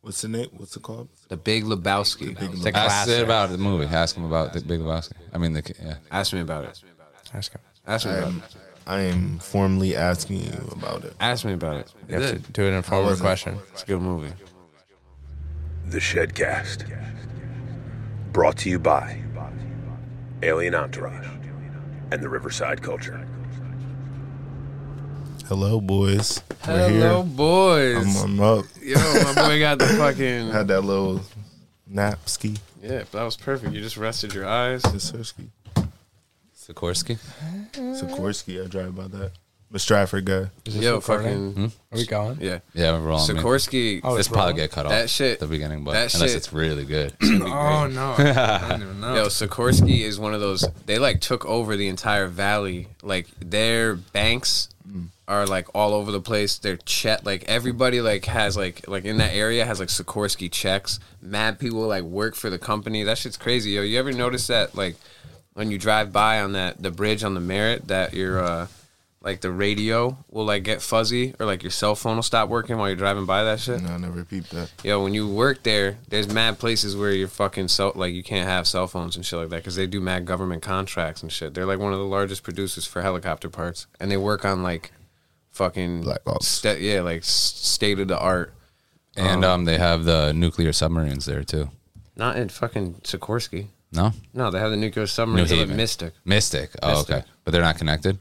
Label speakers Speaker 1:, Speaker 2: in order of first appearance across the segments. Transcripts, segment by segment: Speaker 1: What's the name? What's it called?
Speaker 2: The Big Lebowski. It's a
Speaker 3: Ask Sid
Speaker 2: classic.
Speaker 3: about the movie. Ask him about the Big Lebowski. I mean, the yeah.
Speaker 2: Ask me about it.
Speaker 4: Ask him.
Speaker 2: Ask me about it.
Speaker 1: I am formally asking you about it.
Speaker 2: Ask me about it.
Speaker 4: You have to do an
Speaker 1: How
Speaker 4: informal
Speaker 1: was it?
Speaker 4: question.
Speaker 2: It's a good movie.
Speaker 5: The Shedcast. Brought to you by Alien Entourage and the Riverside Culture.
Speaker 1: Hello, boys. We're
Speaker 4: Hello,
Speaker 1: here. I'm,
Speaker 4: boys.
Speaker 1: I'm up.
Speaker 4: Yo, my boy got the fucking.
Speaker 1: Had that little nap ski.
Speaker 4: Yeah, that was perfect. You just rested your eyes.
Speaker 1: Sikorsky.
Speaker 3: Sikorsky.
Speaker 1: Sikorsky. I drive by that. The Stratford guy.
Speaker 4: Yo, fucking.
Speaker 6: Hmm? Are we going?
Speaker 4: Yeah.
Speaker 3: Yeah, we're wrong. man.
Speaker 4: Sikorsky.
Speaker 6: Oh,
Speaker 3: This
Speaker 6: it's wrong.
Speaker 3: probably get cut off
Speaker 4: That shit-
Speaker 3: at the beginning, but
Speaker 4: that
Speaker 3: unless
Speaker 4: shit-
Speaker 3: it's really good.
Speaker 6: Oh no! I don't even know.
Speaker 2: Yo, Sikorsky is one of those. They like took over the entire valley. Like their banks
Speaker 6: Mm.
Speaker 2: are like all over the place. Their check, like everybody, like has like like in that area has like Sikorsky checks. Mad people like work for the company. That shit's crazy, yo. You ever notice that like when you drive by on that the bridge on the Merritt that your uh like the radio will like get fuzzy or like your cell phone will stop working while you're driving by that shit.
Speaker 1: No, I never peeped that.
Speaker 2: Yo, when you work there, there's mad places where you're fucking so like you can't have cell phones and shit like that because they do mad government contracts and shit. They're like one of the largest producers for helicopter parts, and they work on like fucking
Speaker 1: Black ops.
Speaker 2: sta- yeah, like state of the art.
Speaker 3: and um, they have the nuclear submarines there too.
Speaker 2: Not in fucking Sikorsky.
Speaker 3: No,
Speaker 2: No, they have the nuclear submarines
Speaker 3: New
Speaker 2: at
Speaker 3: Haven.
Speaker 2: Mystic.
Speaker 3: Mystic. Oh,
Speaker 2: Mystic.
Speaker 3: okay, but they're not connected.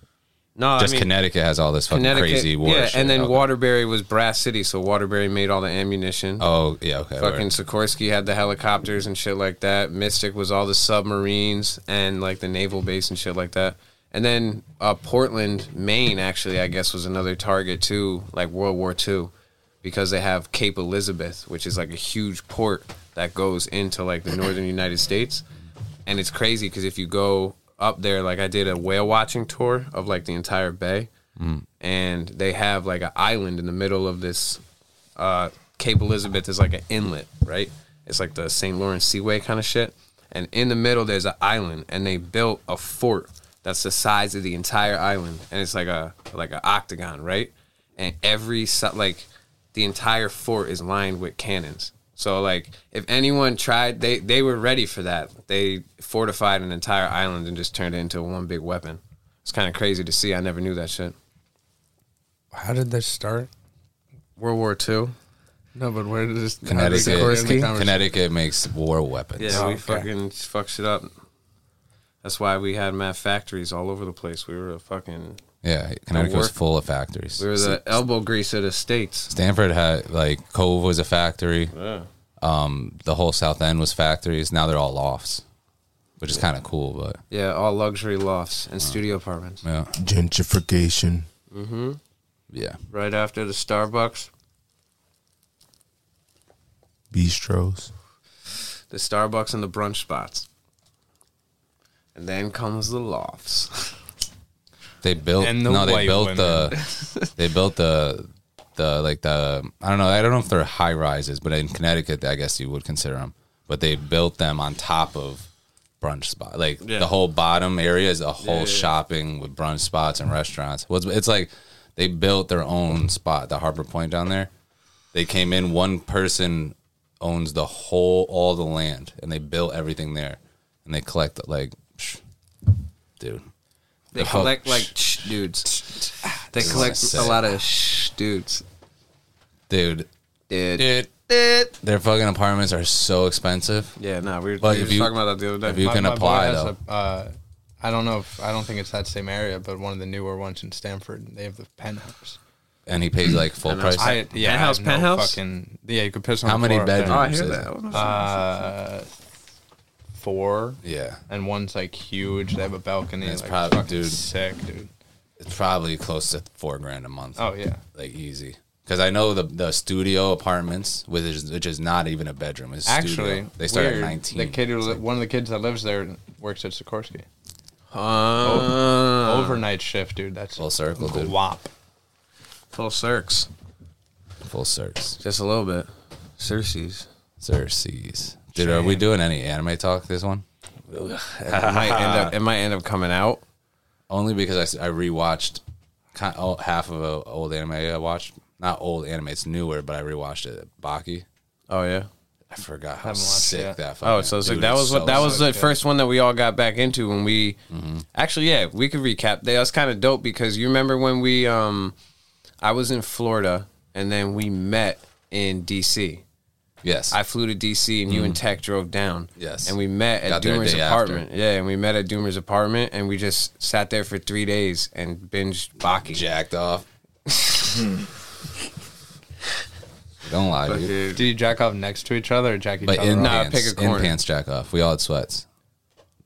Speaker 2: No,
Speaker 3: Just
Speaker 2: I mean,
Speaker 3: Connecticut has all this fucking
Speaker 2: Connecticut-
Speaker 3: crazy war.
Speaker 2: Yeah,
Speaker 3: shit.
Speaker 2: and then
Speaker 3: Okay.
Speaker 2: Waterbury was Brass City, so Waterbury made all the ammunition.
Speaker 3: Oh yeah, okay.
Speaker 2: Fucking
Speaker 3: word.
Speaker 2: Sikorsky had the helicopters and shit like that. Mystic was all the submarines and like the naval base and shit like that. And then uh, Portland, Maine, actually, I guess, was another target too, like World War II, because they have Cape Elizabeth, which is like a huge port that goes into like the northern United States. And it's crazy because if you go up there, like I did a whale watching tour of like the entire bay, and they have like an island in the middle of this uh, Cape Elizabeth is like an inlet, right? It's like the St. Lawrence Seaway kind of shit. And in the middle, there's an island, and they built a fort that's the size of the entire island, and it's like a like an octagon, right? And every si- like the entire fort is lined with cannons. So like if anyone tried, they they were ready for that. They fortified an entire island and just turned it into one big weapon. It's kind of crazy to see. I never knew that shit.
Speaker 6: How did this start?
Speaker 2: World War II.
Speaker 6: No, but where did this?
Speaker 3: Connecticut.
Speaker 6: how did it get in the conversation?
Speaker 3: Connecticut makes war weapons.
Speaker 2: Yeah, we
Speaker 6: okay.
Speaker 2: fucking fucked shit up. That's why we had mad factories all over the place. We were a fucking
Speaker 3: Yeah, Connecticut was
Speaker 2: war-
Speaker 3: full of factories.
Speaker 2: we were the elbow grease of the states.
Speaker 3: Stanford had like Cove was a factory.
Speaker 2: Yeah.
Speaker 3: Um, the whole South End was factories. Now they're all lofts, which is kind of cool. But
Speaker 2: Yeah, all luxury lofts and studio apartments.
Speaker 3: yeah,
Speaker 1: Gentrification.
Speaker 3: yeah.
Speaker 2: Right after the Starbucks,
Speaker 1: Bistros.
Speaker 2: the Starbucks and the brunch spots. And then comes the lofts.
Speaker 3: They built
Speaker 4: And the
Speaker 3: no, they
Speaker 4: white
Speaker 3: built the they built the the like the I don't know I don't know if they're high rises, but in Connecticut I guess you would consider them. But they built them on top of brunch spot. Like
Speaker 2: Yeah.
Speaker 3: the whole bottom area is a whole shopping with brunch spots and restaurants. What's it's like they built their own spot, the Harbor Point down there. They came in one person owns the whole all the land and they built everything there and they collect like psh, dude
Speaker 2: They
Speaker 3: whole-
Speaker 2: collect like shh dudes. They
Speaker 3: is
Speaker 2: collect
Speaker 3: sick.
Speaker 2: a lot of shh dudes.
Speaker 3: dude
Speaker 2: Dude.
Speaker 3: Dude. Their fucking apartments are so expensive.
Speaker 2: Yeah, nah, we were,
Speaker 3: But
Speaker 2: we were
Speaker 3: if
Speaker 2: just
Speaker 3: you-
Speaker 2: talking about that the other
Speaker 3: if
Speaker 2: day.
Speaker 3: you
Speaker 4: My-
Speaker 3: can
Speaker 4: my boy
Speaker 3: apply
Speaker 4: has
Speaker 3: though.
Speaker 4: a, uh, I don't know if I don't think it's that same area, but one of the newer ones in Stanford, they have the penthouse.
Speaker 3: and he pays like full price.
Speaker 4: I
Speaker 2: Penthouse,
Speaker 4: yeah, I have no
Speaker 2: penthouse?
Speaker 4: fucking yeah. You could piss on
Speaker 3: How
Speaker 4: the
Speaker 3: many
Speaker 4: floor up there.
Speaker 2: oh,
Speaker 3: bedrooms?
Speaker 2: I hear
Speaker 3: is-
Speaker 2: that. I don't know.
Speaker 4: Uh, four
Speaker 3: yeah,
Speaker 4: and one's like huge. They have a balcony.
Speaker 3: That's
Speaker 4: like,
Speaker 3: probably-
Speaker 4: fucking
Speaker 3: dude.
Speaker 4: sick, dude.
Speaker 3: it's probably close to four grand a month.
Speaker 4: Oh yeah,
Speaker 3: like easy. Because I know the the studio apartments, which is which is not even a bedroom. It's
Speaker 4: actually,
Speaker 3: studio. they start
Speaker 4: weird,
Speaker 3: at nineteen.
Speaker 4: The kid, who, li- one of the kids that lives there, works at Sikorsky.
Speaker 3: oh.
Speaker 2: Uh,
Speaker 4: Overnight shift, dude. That's
Speaker 3: Full circle, dude.
Speaker 4: Wop.
Speaker 2: Full circs.
Speaker 3: full Circe.
Speaker 2: Just a little bit. Circes.
Speaker 3: Circes. Dude, are we doing any anime talk this one?
Speaker 2: It might end up. It might end up coming out.
Speaker 3: Only because I, s- I rewatched kind oh, half of an old anime I watched. Not old anime, it's newer, but I rewatched it. Baki.
Speaker 2: Oh yeah.
Speaker 3: I forgot how
Speaker 4: Haven't watched
Speaker 3: sick
Speaker 4: yet.
Speaker 3: that. Fucking,
Speaker 2: Oh, so it's like
Speaker 3: dude,
Speaker 2: that
Speaker 3: it's
Speaker 2: was
Speaker 3: so
Speaker 2: what that was
Speaker 3: sick. Mm-hmm.
Speaker 2: the first one that we all got back into when we actually yeah we could recap. That was kind of dope because you remember when we um I was in Florida and then we met in D.C.
Speaker 3: Yes,
Speaker 2: I flew to DC and you and Tech drove down.
Speaker 3: Mm. Yes.
Speaker 2: And we met at
Speaker 3: Got there a
Speaker 2: Doomer's
Speaker 3: day after.
Speaker 2: apartment. Yeah, and we met at Doomer's apartment and we just sat there for three days and binged Baki.
Speaker 3: jacked off. Don't lie, dude.
Speaker 4: Did you jack off next to each other or jack each
Speaker 3: But
Speaker 4: other
Speaker 3: in
Speaker 4: off?
Speaker 2: Nah,
Speaker 3: pants,
Speaker 2: pick a
Speaker 3: in
Speaker 2: corner.
Speaker 3: pants, jack off. We all had sweats,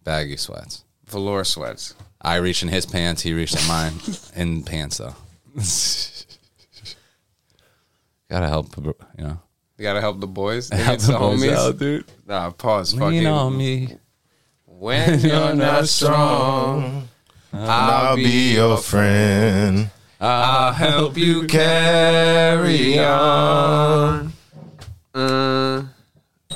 Speaker 3: baggy sweats.
Speaker 2: Velour sweats.
Speaker 3: I reached in his pants, he reached in mine. in pants though. Gotta help, you know.
Speaker 2: You gotta help the boys. They
Speaker 3: Help
Speaker 2: get the
Speaker 3: boys
Speaker 2: homies.
Speaker 3: out, dude.
Speaker 2: Nah, pause.
Speaker 3: Lean
Speaker 2: Fucking.
Speaker 3: on me.
Speaker 2: When you're not strong,
Speaker 1: I'll be your friend.
Speaker 2: I'll help you carry on. Mm.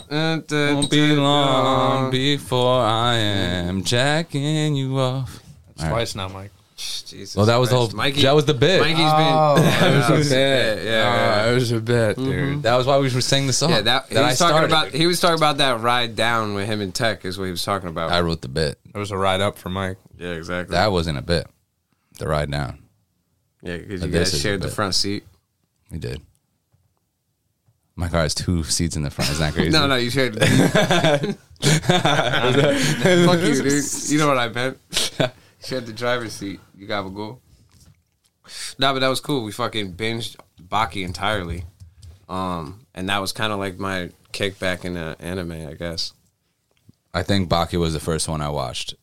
Speaker 2: Uh, duh,
Speaker 3: Won't be
Speaker 2: duh,
Speaker 3: long
Speaker 2: duh.
Speaker 3: before I am jacking you off. All right.
Speaker 4: Twice now, Mike. Uh,
Speaker 2: Jesus
Speaker 3: Well, that was the
Speaker 2: Christ.
Speaker 3: whole.
Speaker 2: Mikey,
Speaker 3: that was the bit.
Speaker 2: Mikey's been.
Speaker 6: that was a
Speaker 2: Yeah,
Speaker 6: bit.
Speaker 3: Uh,
Speaker 2: yeah, Mm-hmm.
Speaker 6: Oh, it was a bit, dude.
Speaker 3: That was why we were singing the song.
Speaker 2: Yeah, that, he
Speaker 3: I
Speaker 2: was talking
Speaker 3: started.
Speaker 2: about. He was talking about that ride down with him and Tech is what he was talking about.
Speaker 3: I wrote the bit.
Speaker 4: It was a ride up for Mike.
Speaker 2: yeah, exactly.
Speaker 3: That wasn't a bit. The ride down.
Speaker 2: yeah, because you
Speaker 3: But this
Speaker 2: guys
Speaker 3: is
Speaker 2: shared
Speaker 3: a
Speaker 2: the
Speaker 3: bit.
Speaker 2: front seat.
Speaker 3: We did. My car has two seats in the front. Isn't that crazy?
Speaker 2: No, no, you shared. Fuck you, dude. You know what I meant. shared the driver's seat. You gotta go. Nah, but that was cool. We fucking binged Baki entirely, um, and that was kind of like my kickback in the anime, I guess.
Speaker 3: I think Baki was the first one I watched,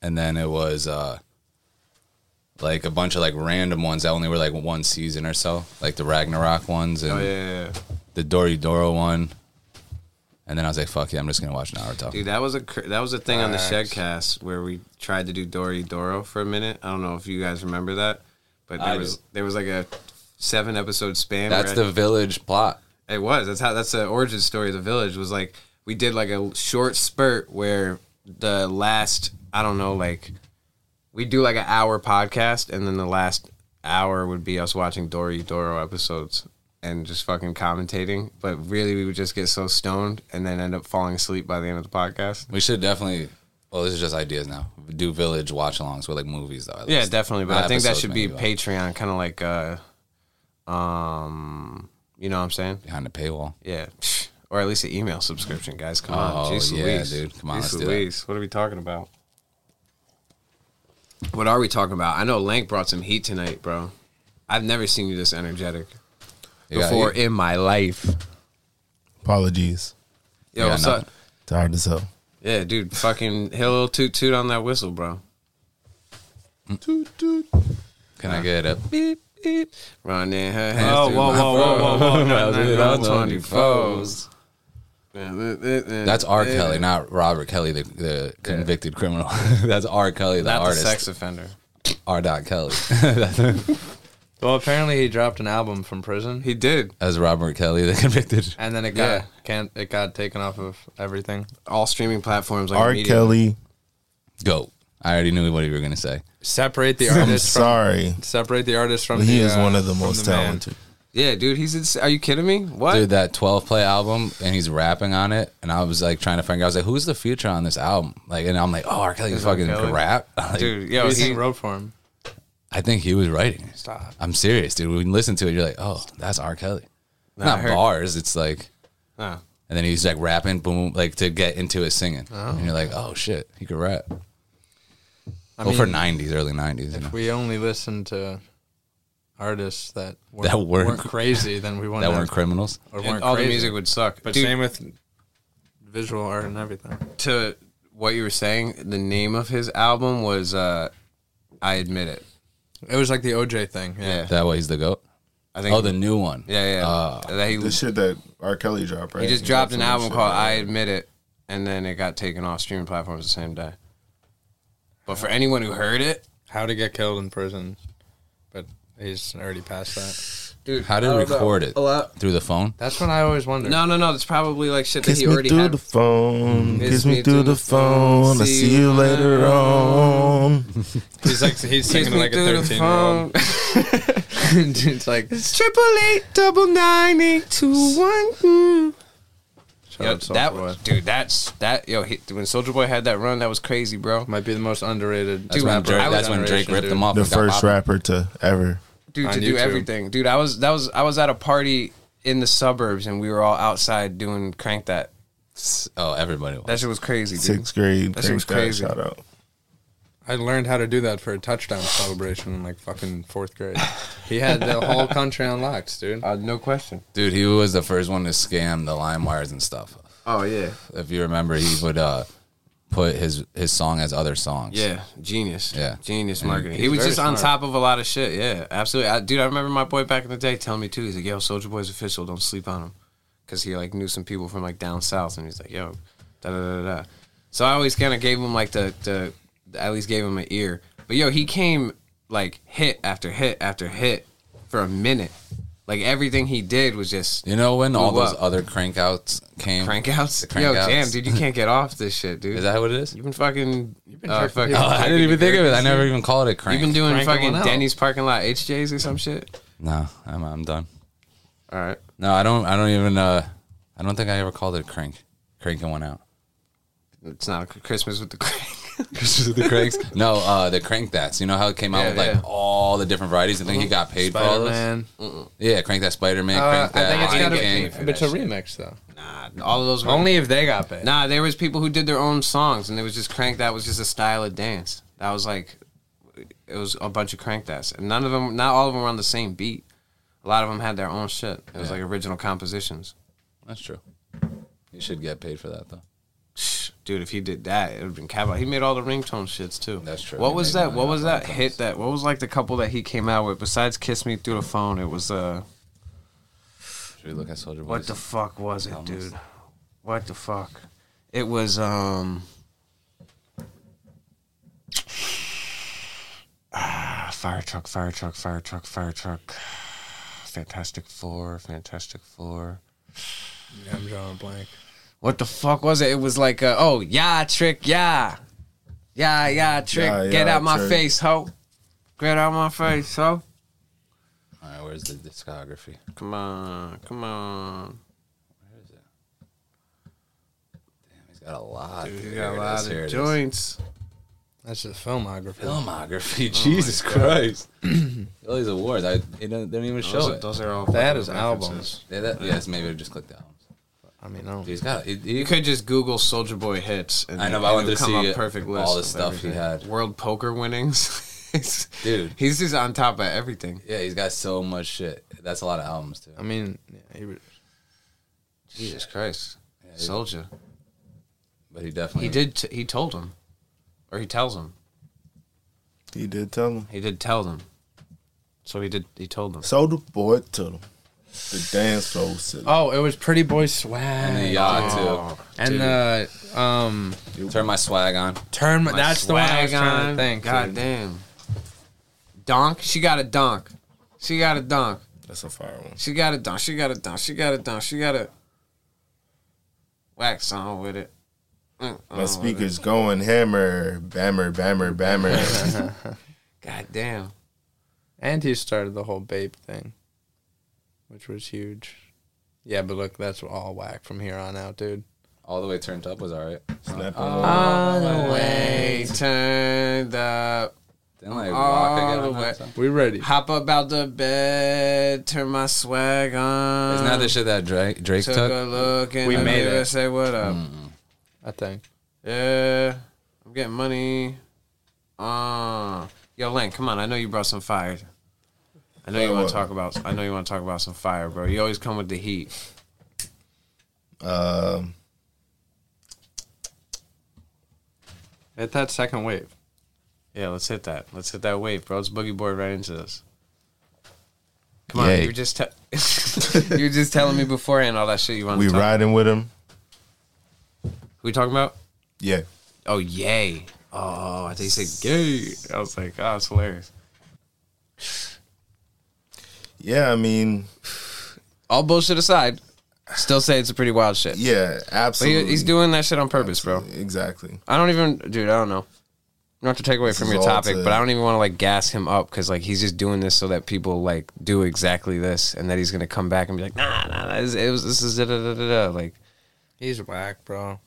Speaker 3: and then it was uh, like a bunch of like random ones that only were like one season or so, like the Ragnarok ones and
Speaker 2: Oh yeah, yeah, yeah.
Speaker 3: the Doridoro one. And then I was like, "Fuck yeah, I'm just gonna watch Naruto."
Speaker 2: Dude, that was a cr- that was a thing on the
Speaker 4: Facts.
Speaker 2: Shedcast where we tried to do Dory Doro for a minute. I don't know if you guys remember that, but there
Speaker 3: I
Speaker 2: was
Speaker 3: do.
Speaker 2: there was like a seven episode span.
Speaker 3: That's
Speaker 2: where
Speaker 3: the village plot.
Speaker 2: I- it was. That's how that's the origin story of the village was like we did like a short spurt where the last I don't know like we do like an hour podcast and then the last hour would be us watching Dory Doro episodes and just fucking commentating. But really, we would just get so stoned and then end up falling asleep by the end of the podcast.
Speaker 3: We should definitely. Well, this is just ideas now. Do village watch-alongs with like movies though. at
Speaker 2: Yeah,
Speaker 3: least.
Speaker 2: definitely. But
Speaker 3: Not
Speaker 2: I think that
Speaker 3: episodes,
Speaker 2: should be
Speaker 3: maybe, but
Speaker 2: Patreon, kind of like, uh, um, you know what I'm saying?
Speaker 3: behind the paywall.
Speaker 2: Yeah. Or at least an email subscription, guys. Come
Speaker 3: Oh,
Speaker 2: on. Jeez
Speaker 3: yeah,
Speaker 2: Louise.
Speaker 3: dude. Come on,
Speaker 2: Jeez
Speaker 3: let's do that.
Speaker 2: Louise. What are we talking about? What are we talking about? I know Oh, Lank brought some heat tonight, bro. I've never seen you this energetic
Speaker 3: You got-
Speaker 2: before
Speaker 3: you-
Speaker 2: in my life.
Speaker 1: Apologies.
Speaker 2: Yo,
Speaker 3: Yeah,
Speaker 2: what's
Speaker 3: no.
Speaker 2: up?
Speaker 1: Tired as hell.
Speaker 2: Yeah, dude, fucking hit a little toot toot on that whistle, bro.
Speaker 3: can I get a
Speaker 2: Beep, beep. Running her hands
Speaker 4: Oh,
Speaker 2: through
Speaker 4: whoa,
Speaker 2: my
Speaker 4: whoa, whoa, whoa, whoa. No, no, no.
Speaker 2: That's Tony Foes. That's
Speaker 3: That's R. Kelly, not Robert Kelly, the, the convicted criminal. That's R. Kelly, the
Speaker 2: not
Speaker 3: artist.
Speaker 2: the sex offender.
Speaker 3: R. Dot Kelly.
Speaker 4: Well, apparently he dropped an album from prison.
Speaker 2: He did
Speaker 3: As Robert Kelly, the convicted.
Speaker 4: and then it got
Speaker 2: Yeah.
Speaker 4: can't it got taken off of everything.
Speaker 2: all streaming platforms. Like
Speaker 1: R.
Speaker 2: immediately.
Speaker 1: Kelly.
Speaker 3: Go. I already knew what you were going to say.
Speaker 4: Separate the
Speaker 1: I'm
Speaker 4: artist from
Speaker 1: sorry.
Speaker 4: separate the artist from
Speaker 1: He
Speaker 4: the,
Speaker 1: is
Speaker 4: uh,
Speaker 1: one of the
Speaker 4: from
Speaker 1: most
Speaker 4: man.
Speaker 1: talented.
Speaker 2: Yeah, dude, he's. ins- Are you kidding me? What?
Speaker 3: Dude, that 12 play album, and he's rapping on it. And I was like trying to figure out, I was like, who's the future on this album? Like, And I'm like, oh, R. Kelly fucking
Speaker 2: Kelly?
Speaker 3: rap. Like,
Speaker 2: Dude,
Speaker 4: Who
Speaker 2: yo,
Speaker 4: do you
Speaker 2: he,
Speaker 4: think wrote for him?
Speaker 3: I think he was writing. it.
Speaker 4: Stop.
Speaker 3: I'm serious, dude. When you listen to it, you're like, oh, that's R. Kelly.
Speaker 2: I
Speaker 3: not
Speaker 2: heard-
Speaker 3: bars. It's like,
Speaker 2: Nah.
Speaker 3: and then he's like rapping, boom, like to get into his singing. And you're like, oh, shit, he could rap.
Speaker 4: I
Speaker 3: well, for
Speaker 4: mean,
Speaker 3: '90s, early '90s, you know.
Speaker 4: we only listen to artists that weren't,
Speaker 3: That weren't-
Speaker 4: weren't crazy, then we wouldn't
Speaker 3: that weren't
Speaker 4: have-
Speaker 3: criminals.
Speaker 4: or weren't
Speaker 2: all
Speaker 4: crazy.
Speaker 2: the music would suck.
Speaker 4: But
Speaker 2: dude,
Speaker 4: same with visual art and everything.
Speaker 2: to what you were saying, the name of his album was. uh I admit it.
Speaker 4: It was like the OJ thing. Yeah.
Speaker 2: Yeah,
Speaker 3: That way he's the goat.
Speaker 2: I think.
Speaker 3: Oh, the new one.
Speaker 2: yeah, yeah.
Speaker 4: Uh,
Speaker 2: that he
Speaker 1: The shit that R. Kelly dropped, right?
Speaker 2: he just
Speaker 1: He
Speaker 2: dropped
Speaker 1: dropped
Speaker 2: an
Speaker 1: some
Speaker 2: album
Speaker 1: shit.
Speaker 2: called "I Admit It," and then it got taken off streaming platforms the same day. But for anyone who heard it,
Speaker 4: How to get killed in prison, but he's already past that.
Speaker 2: dude,
Speaker 3: How did
Speaker 2: I
Speaker 3: he
Speaker 2: don't know.
Speaker 3: record it?
Speaker 2: A lot.
Speaker 3: Through the phone.
Speaker 4: That's what I always wonder.
Speaker 2: No, no, no. It's probably like shit that
Speaker 1: Kiss
Speaker 2: he
Speaker 1: me
Speaker 2: already
Speaker 1: through
Speaker 2: had.
Speaker 1: the phone.
Speaker 2: Kiss
Speaker 1: Kiss
Speaker 2: me
Speaker 1: me
Speaker 2: through
Speaker 1: through
Speaker 2: the
Speaker 1: the phone. I
Speaker 2: phone. See
Speaker 1: see you
Speaker 2: you
Speaker 1: later
Speaker 2: later
Speaker 1: on.
Speaker 4: He's like he's
Speaker 2: Kiss
Speaker 4: singing
Speaker 2: me
Speaker 4: like a
Speaker 2: through the
Speaker 4: thirteen year old.
Speaker 2: phone.
Speaker 4: it's like
Speaker 2: It's triple eight double nine eight two one.
Speaker 4: Shout
Speaker 2: Yep,
Speaker 4: out
Speaker 2: that
Speaker 4: Soulja
Speaker 2: was,
Speaker 4: Boy.
Speaker 2: dude. That's that. Yo, he, when Soldier Boy had that run, that was crazy, bro.
Speaker 4: might be the most underrated.
Speaker 3: That's when
Speaker 4: rapper
Speaker 3: Drake,
Speaker 4: of
Speaker 3: that's
Speaker 4: our
Speaker 3: when Drake
Speaker 4: generation,
Speaker 3: ripped
Speaker 4: dude.
Speaker 3: them off.
Speaker 1: the
Speaker 3: and got
Speaker 1: first
Speaker 3: popping.
Speaker 1: rapper to ever.
Speaker 2: dude, to
Speaker 4: On
Speaker 2: do
Speaker 4: YouTube.
Speaker 2: everything, dude. I was that was I was at a party in the suburbs, and we were all outside doing crank that.
Speaker 3: Oh, everybody. Was.
Speaker 2: That shit was crazy, dude.
Speaker 1: Sixth grade.
Speaker 2: That shit was
Speaker 1: cranked
Speaker 2: crazy.
Speaker 1: Shout out.
Speaker 4: I learned how to do that for a touchdown celebration in like fucking fourth grade. He had the whole country unlocked, dude.
Speaker 2: Uh, no question.
Speaker 3: Dude, he was the first one to scam the lime wires and stuff.
Speaker 2: Oh yeah,
Speaker 3: If you remember, he would uh, put his his song as other songs.
Speaker 2: yeah, genius.
Speaker 3: Yeah.
Speaker 2: genius
Speaker 3: And
Speaker 2: marketing.
Speaker 3: he's
Speaker 2: He was
Speaker 4: very
Speaker 2: just on
Speaker 4: smart.
Speaker 2: top of a lot of shit. Yeah, absolutely, I, dude. I remember my boy back in the day telling me too. He's like, "Yo, Soldier Boy's official. Don't sleep on him," because he like knew some people from like down south, and he's like, "Yo, da da da da." So I always kind of gave him like the, the the at least gave him an ear. But yo, he came like hit after hit after hit for a minute. Like everything he did was just
Speaker 3: You know when all
Speaker 2: Blew
Speaker 3: those
Speaker 2: up.
Speaker 3: other crankouts came?
Speaker 2: crankouts.
Speaker 3: The
Speaker 2: Yo,
Speaker 3: crankouts.
Speaker 2: damn, dude, you can't get off this shit, dude.
Speaker 3: Is that what it is?
Speaker 2: You've been fucking. You've been, uh, fucking
Speaker 3: Oh, I didn't even think of it. I never even called it
Speaker 2: You've
Speaker 3: crank.
Speaker 2: been doing
Speaker 4: Cranking
Speaker 2: fucking
Speaker 4: one out.
Speaker 2: Denny's parking lot HJs or some shit.
Speaker 3: no, I'm I'm done.
Speaker 2: All right.
Speaker 3: No, I don't. I don't even. Uh, I don't think I ever called it a crank. Cranking one out.
Speaker 2: It's not a Christmas with the crank.
Speaker 3: the cranks. No, uh, the crank that's. You know how it came out
Speaker 2: Yeah,
Speaker 3: with like
Speaker 2: yeah.
Speaker 3: all the different varieties. I think he got paid for all this.
Speaker 4: Spider-Man.
Speaker 3: Yeah, crank that Spider Man.
Speaker 4: Uh,
Speaker 3: crank
Speaker 4: I
Speaker 3: that.
Speaker 4: think it's
Speaker 3: Lion
Speaker 4: got to
Speaker 3: King.
Speaker 4: be, but it's a remix though.
Speaker 2: Nah, all of those were.
Speaker 4: Only if they got paid.
Speaker 2: Nah, there was people who did their own songs, and it was just crank. That was just a style of dance. That was like, it was a bunch of crank that's, and none of them, not all of them, were on the same beat. A lot of them had their own shit. It was
Speaker 3: Yeah.
Speaker 2: like original compositions.
Speaker 3: That's true. You should get paid for that though.
Speaker 2: Dude, if he did that, it would have been capital. He made all the ringtone shits too.
Speaker 3: That's true.
Speaker 2: What
Speaker 3: He
Speaker 2: was
Speaker 3: made
Speaker 2: that?
Speaker 3: mine
Speaker 2: What
Speaker 3: off
Speaker 2: was that
Speaker 3: ringtones.
Speaker 2: hit? That what was like the couple that he came out with besides "Kiss Me Through the Phone"? It was uh,
Speaker 3: Should we look at Soldier Boy?
Speaker 2: what the fuck was it, dude? What the fuck? It was um. ah, Fire truck, fire truck, fire truck, fire truck. Fantastic Four, Fantastic Four.
Speaker 4: Yeah, I'm drawing a blank.
Speaker 2: What the fuck was it? It was like, uh, oh, yeah, trick, yeah. Yeah, yeah, trick.
Speaker 1: Yeah,
Speaker 2: Get
Speaker 1: yeah,
Speaker 2: out my
Speaker 1: trick.
Speaker 2: face, ho. Get out my face, ho.
Speaker 3: All right, where's the discography?
Speaker 2: Come on, come on.
Speaker 3: Where is it? Damn, he's got a lot.
Speaker 2: Dude,
Speaker 3: dude.
Speaker 2: you got a
Speaker 3: Here it
Speaker 2: lot
Speaker 3: is, here it
Speaker 2: of
Speaker 3: is.
Speaker 2: joints.
Speaker 4: That's just filmography.
Speaker 2: Oh
Speaker 3: Filmography. Jesus Christ. all these awards. I they don't, they don't even show it.
Speaker 2: those are all.
Speaker 4: That
Speaker 2: fucking references.
Speaker 4: is albums.
Speaker 3: Yeah, that, yes, maybe I just click the albums.
Speaker 4: I mean, no.
Speaker 3: Dude, he's got. He, he
Speaker 2: You could just Google Soldier Boy hits. And
Speaker 3: I know,
Speaker 2: and
Speaker 3: but I wanted
Speaker 2: it'll
Speaker 3: to
Speaker 2: come
Speaker 3: see
Speaker 2: up perfect list
Speaker 3: all the
Speaker 2: of
Speaker 3: stuff he
Speaker 2: everything.
Speaker 3: had.
Speaker 2: World poker winnings.
Speaker 3: Dude.
Speaker 2: he's just on top of everything.
Speaker 3: Yeah, he's got so much shit. That's a lot of albums too.
Speaker 4: I mean, yeah, he was,
Speaker 2: Jesus Christ, Soldier.
Speaker 3: But he definitely
Speaker 2: He did. T- he told him, or he tells him.
Speaker 1: He did tell him.
Speaker 2: He did tell them. So he did. He told them.
Speaker 1: Sold the boy to them. The dance soul city.
Speaker 4: Oh, it was Pretty Boy Swag.
Speaker 3: And the yacht
Speaker 4: And the um
Speaker 2: Oh.
Speaker 3: too. Turn my swag on.
Speaker 4: turn
Speaker 2: My
Speaker 4: that's the one I was
Speaker 2: swag
Speaker 4: trying
Speaker 2: on.
Speaker 4: to think.
Speaker 2: God damn. Donk. She got a donk. She got a donk.
Speaker 1: That's a fire one.
Speaker 2: She got a donk. She got a donk. She got a donk. She got a wax on with it. Mm,
Speaker 1: My
Speaker 2: on with it.
Speaker 1: speakers going hammer, bammer, bammer, bammer.
Speaker 2: God damn.
Speaker 4: And he started the whole Bape thing, which was huge. Yeah, but look, that's all whack from here on out, dude.
Speaker 3: All the way turned up was alright.
Speaker 1: Snap
Speaker 2: Oh.
Speaker 1: on
Speaker 2: All the way turned up.
Speaker 3: Then like rock
Speaker 2: All
Speaker 3: again.
Speaker 2: the
Speaker 3: on
Speaker 2: way.
Speaker 3: that song.
Speaker 4: We ready?
Speaker 2: Hop up out the bed. Turn my swag on.
Speaker 3: Isn't that the shit that Drake Drake
Speaker 2: Took
Speaker 3: took?
Speaker 2: a look and
Speaker 4: We
Speaker 2: I
Speaker 4: made it.
Speaker 2: Say what up.
Speaker 4: I think.
Speaker 2: Yeah, I'm getting money. Uh, yo, Len, come on. I know you brought some fire. I know you
Speaker 1: Fire
Speaker 2: want
Speaker 1: what?
Speaker 2: to talk about. I know you want to talk about some fire, bro. You always come with the heat.
Speaker 1: Um,
Speaker 4: At that second wave.
Speaker 2: Yeah, let's hit that. Let's hit that wave, bro. Let's boogie board right into this. Come on,
Speaker 1: Yay.
Speaker 2: you were just te- you were just telling me beforehand all that shit you want
Speaker 1: we
Speaker 2: to talk.
Speaker 1: riding with him.
Speaker 2: We talking about?
Speaker 1: Yeah.
Speaker 2: Oh, yay! Oh, I think you said gay. I was like, oh, it's hilarious.
Speaker 1: Yeah, I mean,
Speaker 2: All bullshit aside, still say it's a pretty wild shit.
Speaker 1: yeah,
Speaker 2: But
Speaker 1: absolutely.
Speaker 2: he, he's doing that shit on purpose, bro.
Speaker 1: Exactly.
Speaker 2: I don't even, dude. I don't know. Not to take away from
Speaker 1: is
Speaker 2: your
Speaker 1: all
Speaker 2: topic,
Speaker 1: to-
Speaker 2: but I don't even want to like gas him up because like he's just doing this so that people like do exactly this, and that he's gonna come back and be like, nah, nah, nah this, it was this is da da da da da. Like,
Speaker 4: He's whack, bro.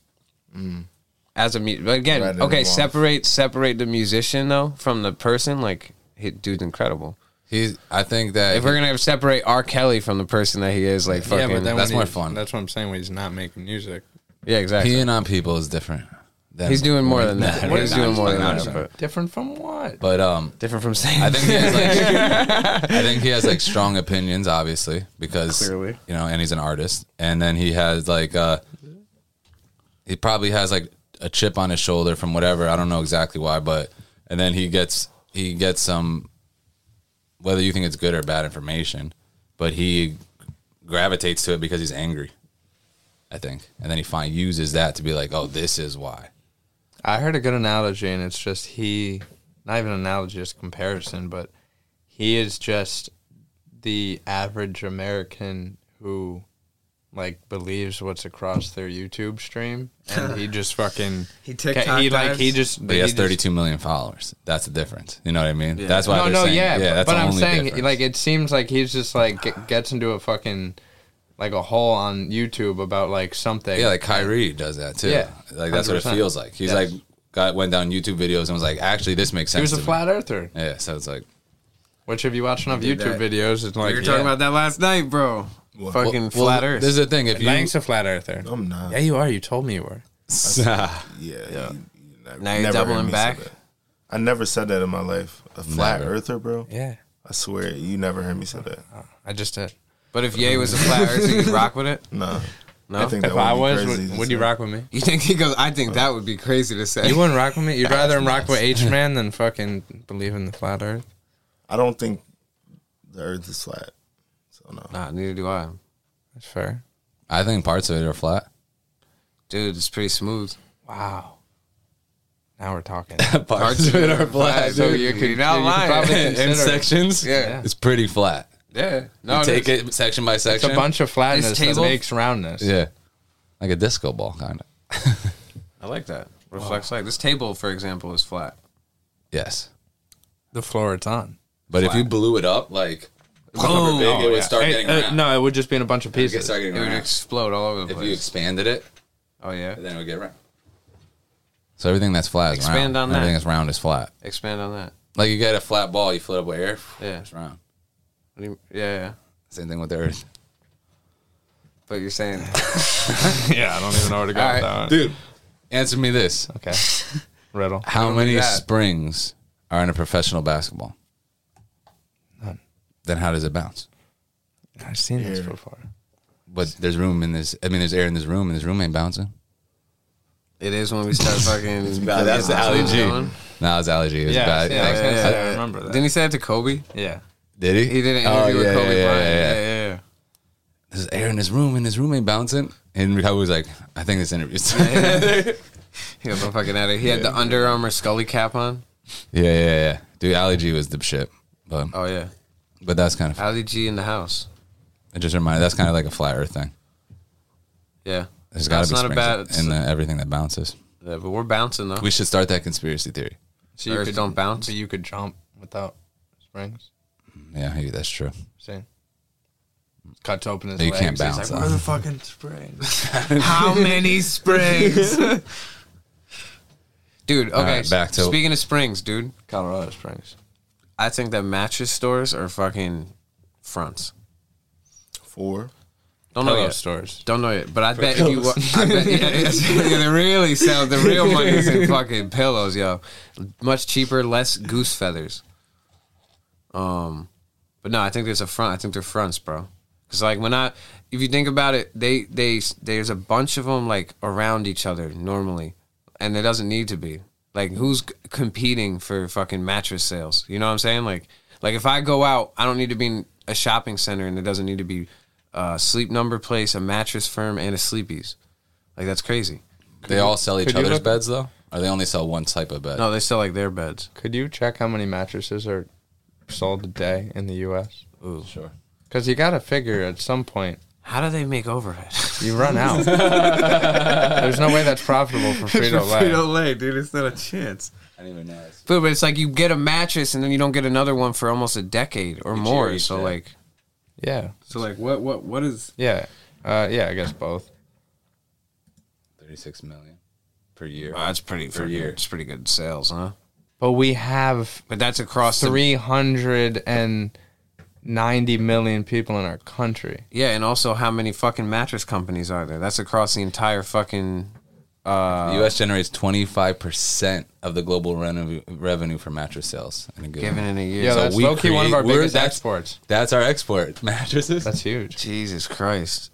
Speaker 2: as a mu- but again
Speaker 1: Right in the
Speaker 2: okay
Speaker 1: mouth.
Speaker 2: separate separate the musician though from the person like he, dude's incredible
Speaker 3: He's. I think that
Speaker 2: if we're gonna separate R. Kelly from the person that he is like fucking yeah,
Speaker 3: that's
Speaker 4: when
Speaker 3: more
Speaker 4: he's-
Speaker 3: fun.
Speaker 4: That's what I'm saying. When he's not making music,
Speaker 2: exactly
Speaker 3: peeing on people is different. Than
Speaker 2: he's doing more than that
Speaker 3: Nah,
Speaker 2: he's doing
Speaker 3: not-
Speaker 2: more than
Speaker 3: not
Speaker 2: that
Speaker 3: different.
Speaker 2: but
Speaker 4: different from what?
Speaker 3: But um,
Speaker 2: different from saying
Speaker 3: I think he has like I think he has like strong opinions, obviously, because
Speaker 2: Clearly.
Speaker 3: you know, and he's an artist. And then he has like uh he probably has like a chip on his shoulder from whatever, I don't know exactly why, but and then he gets he gets some whether you think it's good or bad information, but he gravitates to it because he's angry. I think. And then he finally uses that to be like, Oh, this is why.
Speaker 4: I heard a good analogy, and it's just he, not even an analogy, just a comparison, but he is just the average American who like believes what's across their YouTube stream, and he just fucking
Speaker 7: He TikTok
Speaker 4: he like
Speaker 7: dives?
Speaker 4: he just
Speaker 3: But he has
Speaker 4: just-
Speaker 3: 32 million followers. That's the difference. You know what I mean? That's why.
Speaker 4: no,
Speaker 3: they're
Speaker 4: no,
Speaker 3: saying, yeah.
Speaker 4: yeah, but-
Speaker 3: That's
Speaker 4: but
Speaker 3: the
Speaker 4: I'm
Speaker 3: only
Speaker 4: saying
Speaker 3: difference.
Speaker 4: like it seems like he's just like g- gets into a fucking like a hole on YouTube about like something.
Speaker 3: Yeah, like Kyrie does that too.
Speaker 4: Yeah,
Speaker 3: like that's what it
Speaker 4: 100%.
Speaker 3: feels like. He's
Speaker 4: Yes.
Speaker 3: like got went down YouTube videos and was like, actually, this makes
Speaker 4: he
Speaker 3: sense.
Speaker 4: was a
Speaker 3: to me.
Speaker 4: flat earther,
Speaker 3: Yeah, so it's like
Speaker 4: which if you watch enough YouTube
Speaker 7: that.
Speaker 4: videos, it's
Speaker 7: we
Speaker 4: like
Speaker 7: were talking
Speaker 4: yeah.
Speaker 7: about that last night, bro.
Speaker 2: fucking
Speaker 3: Well,
Speaker 2: flat
Speaker 3: well,
Speaker 2: earth
Speaker 3: This is the thing. If you
Speaker 4: Lang's a flat earther.
Speaker 1: I'm not.
Speaker 4: Yeah, you are. You told me you were.
Speaker 1: Yeah. you- you never-
Speaker 2: Now you're
Speaker 1: never heard
Speaker 2: doubling
Speaker 1: me say
Speaker 2: back?
Speaker 1: that. I never said that in my life. A flat
Speaker 3: Never.
Speaker 1: earther, bro.
Speaker 4: Yeah,
Speaker 1: I swear, you never heard me say that.
Speaker 4: I just did.
Speaker 2: but if Ye was a flat earther you'd rock with it
Speaker 1: No.
Speaker 2: No?
Speaker 1: I think
Speaker 4: If
Speaker 1: that would
Speaker 4: I
Speaker 1: be
Speaker 4: was,
Speaker 1: crazy
Speaker 4: would,
Speaker 1: to
Speaker 4: would you
Speaker 1: say.
Speaker 4: rock with me?
Speaker 2: you think he goes I think that would be crazy to say
Speaker 4: You wouldn't rock with me. You'd rather him rock with H Man than fucking believe in the flat Earth.
Speaker 1: I don't think the earth is flat. So no.
Speaker 2: nah neither do I
Speaker 4: That's fair.
Speaker 3: I think parts of it are flat.
Speaker 2: dude it's pretty smooth
Speaker 4: Wow. Now we're talking.
Speaker 3: parts of it are flat.
Speaker 2: so
Speaker 3: dude.
Speaker 2: you're, you're not lying
Speaker 3: in sections,
Speaker 2: Yeah.
Speaker 3: it's pretty flat.
Speaker 2: yeah
Speaker 3: You
Speaker 2: no
Speaker 3: take it section by
Speaker 4: It's
Speaker 3: section.
Speaker 4: a bunch of flatness
Speaker 2: This
Speaker 4: that
Speaker 2: table-
Speaker 4: makes roundness.
Speaker 3: Yeah, like a disco ball kind of.
Speaker 2: I like that reflects like this table for example is flat
Speaker 3: Yes,
Speaker 4: The floor it's on.
Speaker 3: but if you blew it up like super big, it would start
Speaker 4: Hey,
Speaker 3: getting
Speaker 4: uh,
Speaker 3: round.
Speaker 4: no, it would just be in a bunch of
Speaker 3: It would
Speaker 4: pieces.
Speaker 3: start
Speaker 2: it
Speaker 3: getting
Speaker 2: would
Speaker 3: round.
Speaker 2: explode all over the
Speaker 3: If you
Speaker 2: place
Speaker 3: expanded it,
Speaker 2: oh yeah
Speaker 3: then it would get round. So everything that's flat is
Speaker 2: Expand
Speaker 3: round.
Speaker 2: on that.
Speaker 3: Everything that's round is flat.
Speaker 2: expand on that
Speaker 3: Like you get a flat ball, you fill it up with air.
Speaker 2: Yeah.
Speaker 3: It's round.
Speaker 2: What do you- yeah yeah
Speaker 3: Same thing with the earth.
Speaker 2: but you're saying
Speaker 4: yeah, I don't even know where to go
Speaker 2: All right,
Speaker 4: with that.
Speaker 3: Dude, answer me this.
Speaker 4: one. Okay. Riddle.
Speaker 3: How many
Speaker 2: that.
Speaker 3: springs are in a professional basketball? None. Then how does it bounce?
Speaker 4: I've seen this before.
Speaker 3: But there's room in this. I mean, there's air in this room, and this room ain't bouncing.
Speaker 2: it is when we start fucking
Speaker 3: Nah, that's the alley G.
Speaker 2: Going.
Speaker 3: Nah, it's allergy. It was bad.
Speaker 4: I was gonna
Speaker 2: yeah,
Speaker 4: say,
Speaker 2: yeah.
Speaker 4: I remember that.
Speaker 2: Didn't he say it to Kobe?
Speaker 4: yeah.
Speaker 3: Did he?
Speaker 2: He did an interview
Speaker 3: Oh,
Speaker 2: with
Speaker 3: yeah,
Speaker 2: Kobe
Speaker 3: yeah,
Speaker 2: Bryant.
Speaker 3: yeah, yeah.
Speaker 2: yeah, yeah.
Speaker 3: There's air in this room, and this room ain't bouncing. And Kobe was like, I think this interview's. yeah,
Speaker 2: He was fucking at it. He had the Under Armour Scully cap on.
Speaker 3: yeah, yeah. Dude, allergy was the shit. But
Speaker 2: Oh yeah,
Speaker 3: but that's kind of.
Speaker 2: Ali E G in the house.
Speaker 3: It just reminded. That's kind of like a flat Earth thing.
Speaker 2: Yeah,
Speaker 3: There's got
Speaker 2: That's
Speaker 3: to be
Speaker 2: not
Speaker 3: springs
Speaker 2: a bad.
Speaker 3: in the, everything that bounces.
Speaker 2: yeah, but we're bouncing though.
Speaker 3: We should start that conspiracy theory.
Speaker 4: So
Speaker 2: Earth don't bounce?
Speaker 4: But you could jump without springs.
Speaker 3: Yeah, hey, that's true.
Speaker 4: See? Cuts open his
Speaker 3: You
Speaker 4: legs.
Speaker 3: can't
Speaker 4: He's
Speaker 3: bounce
Speaker 4: Like,
Speaker 3: on
Speaker 4: Where the fucking springs?
Speaker 2: How many springs? dude, okay.
Speaker 3: right, back to-
Speaker 2: speaking of springs, dude.
Speaker 4: Colorado Springs.
Speaker 2: I think that mattress stores are fucking fronts.
Speaker 1: Four.
Speaker 2: Don't know
Speaker 4: Pillow
Speaker 2: yet.
Speaker 4: stores.
Speaker 2: Don't know yet, but I bet if you, wa- I bet, yeah, yeah, yeah, they really sell the real money's in fucking pillows, yo. Much cheaper, less goose feathers. Um, but no, I think there's a front. I think they're fronts, bro. Cause like when I, if you think about it, they they there's a bunch of them like around each other normally, and it doesn't need to be. Like who's c- competing for fucking mattress sales? You know what I'm saying? Like like if I go out, I don't need to be in a shopping center, and it doesn't need to be a sleep number place, a mattress firm, and a sleepies. Like that's crazy.
Speaker 3: They all sell each
Speaker 4: could you
Speaker 3: other's
Speaker 4: look-
Speaker 3: beds though, or they only sell one type of bed.
Speaker 2: No, they sell like their beds.
Speaker 4: Could you check how many mattresses are sold a day in the U.S.?
Speaker 3: Sure.
Speaker 4: Because you got to figure at some point
Speaker 2: How do they make overhead?
Speaker 4: you run out. There's no way that's profitable for Frito Lay.
Speaker 2: Lay, dude, it's not a chance.
Speaker 3: I didn't even know. This.
Speaker 2: But, but it's like you get a mattress and then you don't get another one for almost a decade or more.
Speaker 3: each
Speaker 2: So
Speaker 3: day.
Speaker 2: like,
Speaker 4: Yeah,
Speaker 2: so like, what what what is?
Speaker 4: yeah, uh, yeah. I guess both.
Speaker 3: 36 million per year.
Speaker 2: Wow, that's pretty
Speaker 3: Per
Speaker 2: freaking-
Speaker 3: year.
Speaker 2: It's pretty good sales, huh?
Speaker 4: But we have
Speaker 2: But that's across the
Speaker 4: 390 million people in our country.
Speaker 2: yeah, and also how many fucking mattress companies are there? That's across the entire fucking.
Speaker 3: the U.S. generates 25% of the global revenue, revenue for mattress sales in a good
Speaker 2: Given in a year.
Speaker 4: Yeah,
Speaker 2: So
Speaker 4: that's
Speaker 2: we
Speaker 4: low key one of
Speaker 2: create-
Speaker 4: our
Speaker 3: we're-
Speaker 4: biggest
Speaker 3: that's-
Speaker 4: exports.
Speaker 3: That's our export. Mattresses?
Speaker 4: That's huge.
Speaker 2: Jesus Christ.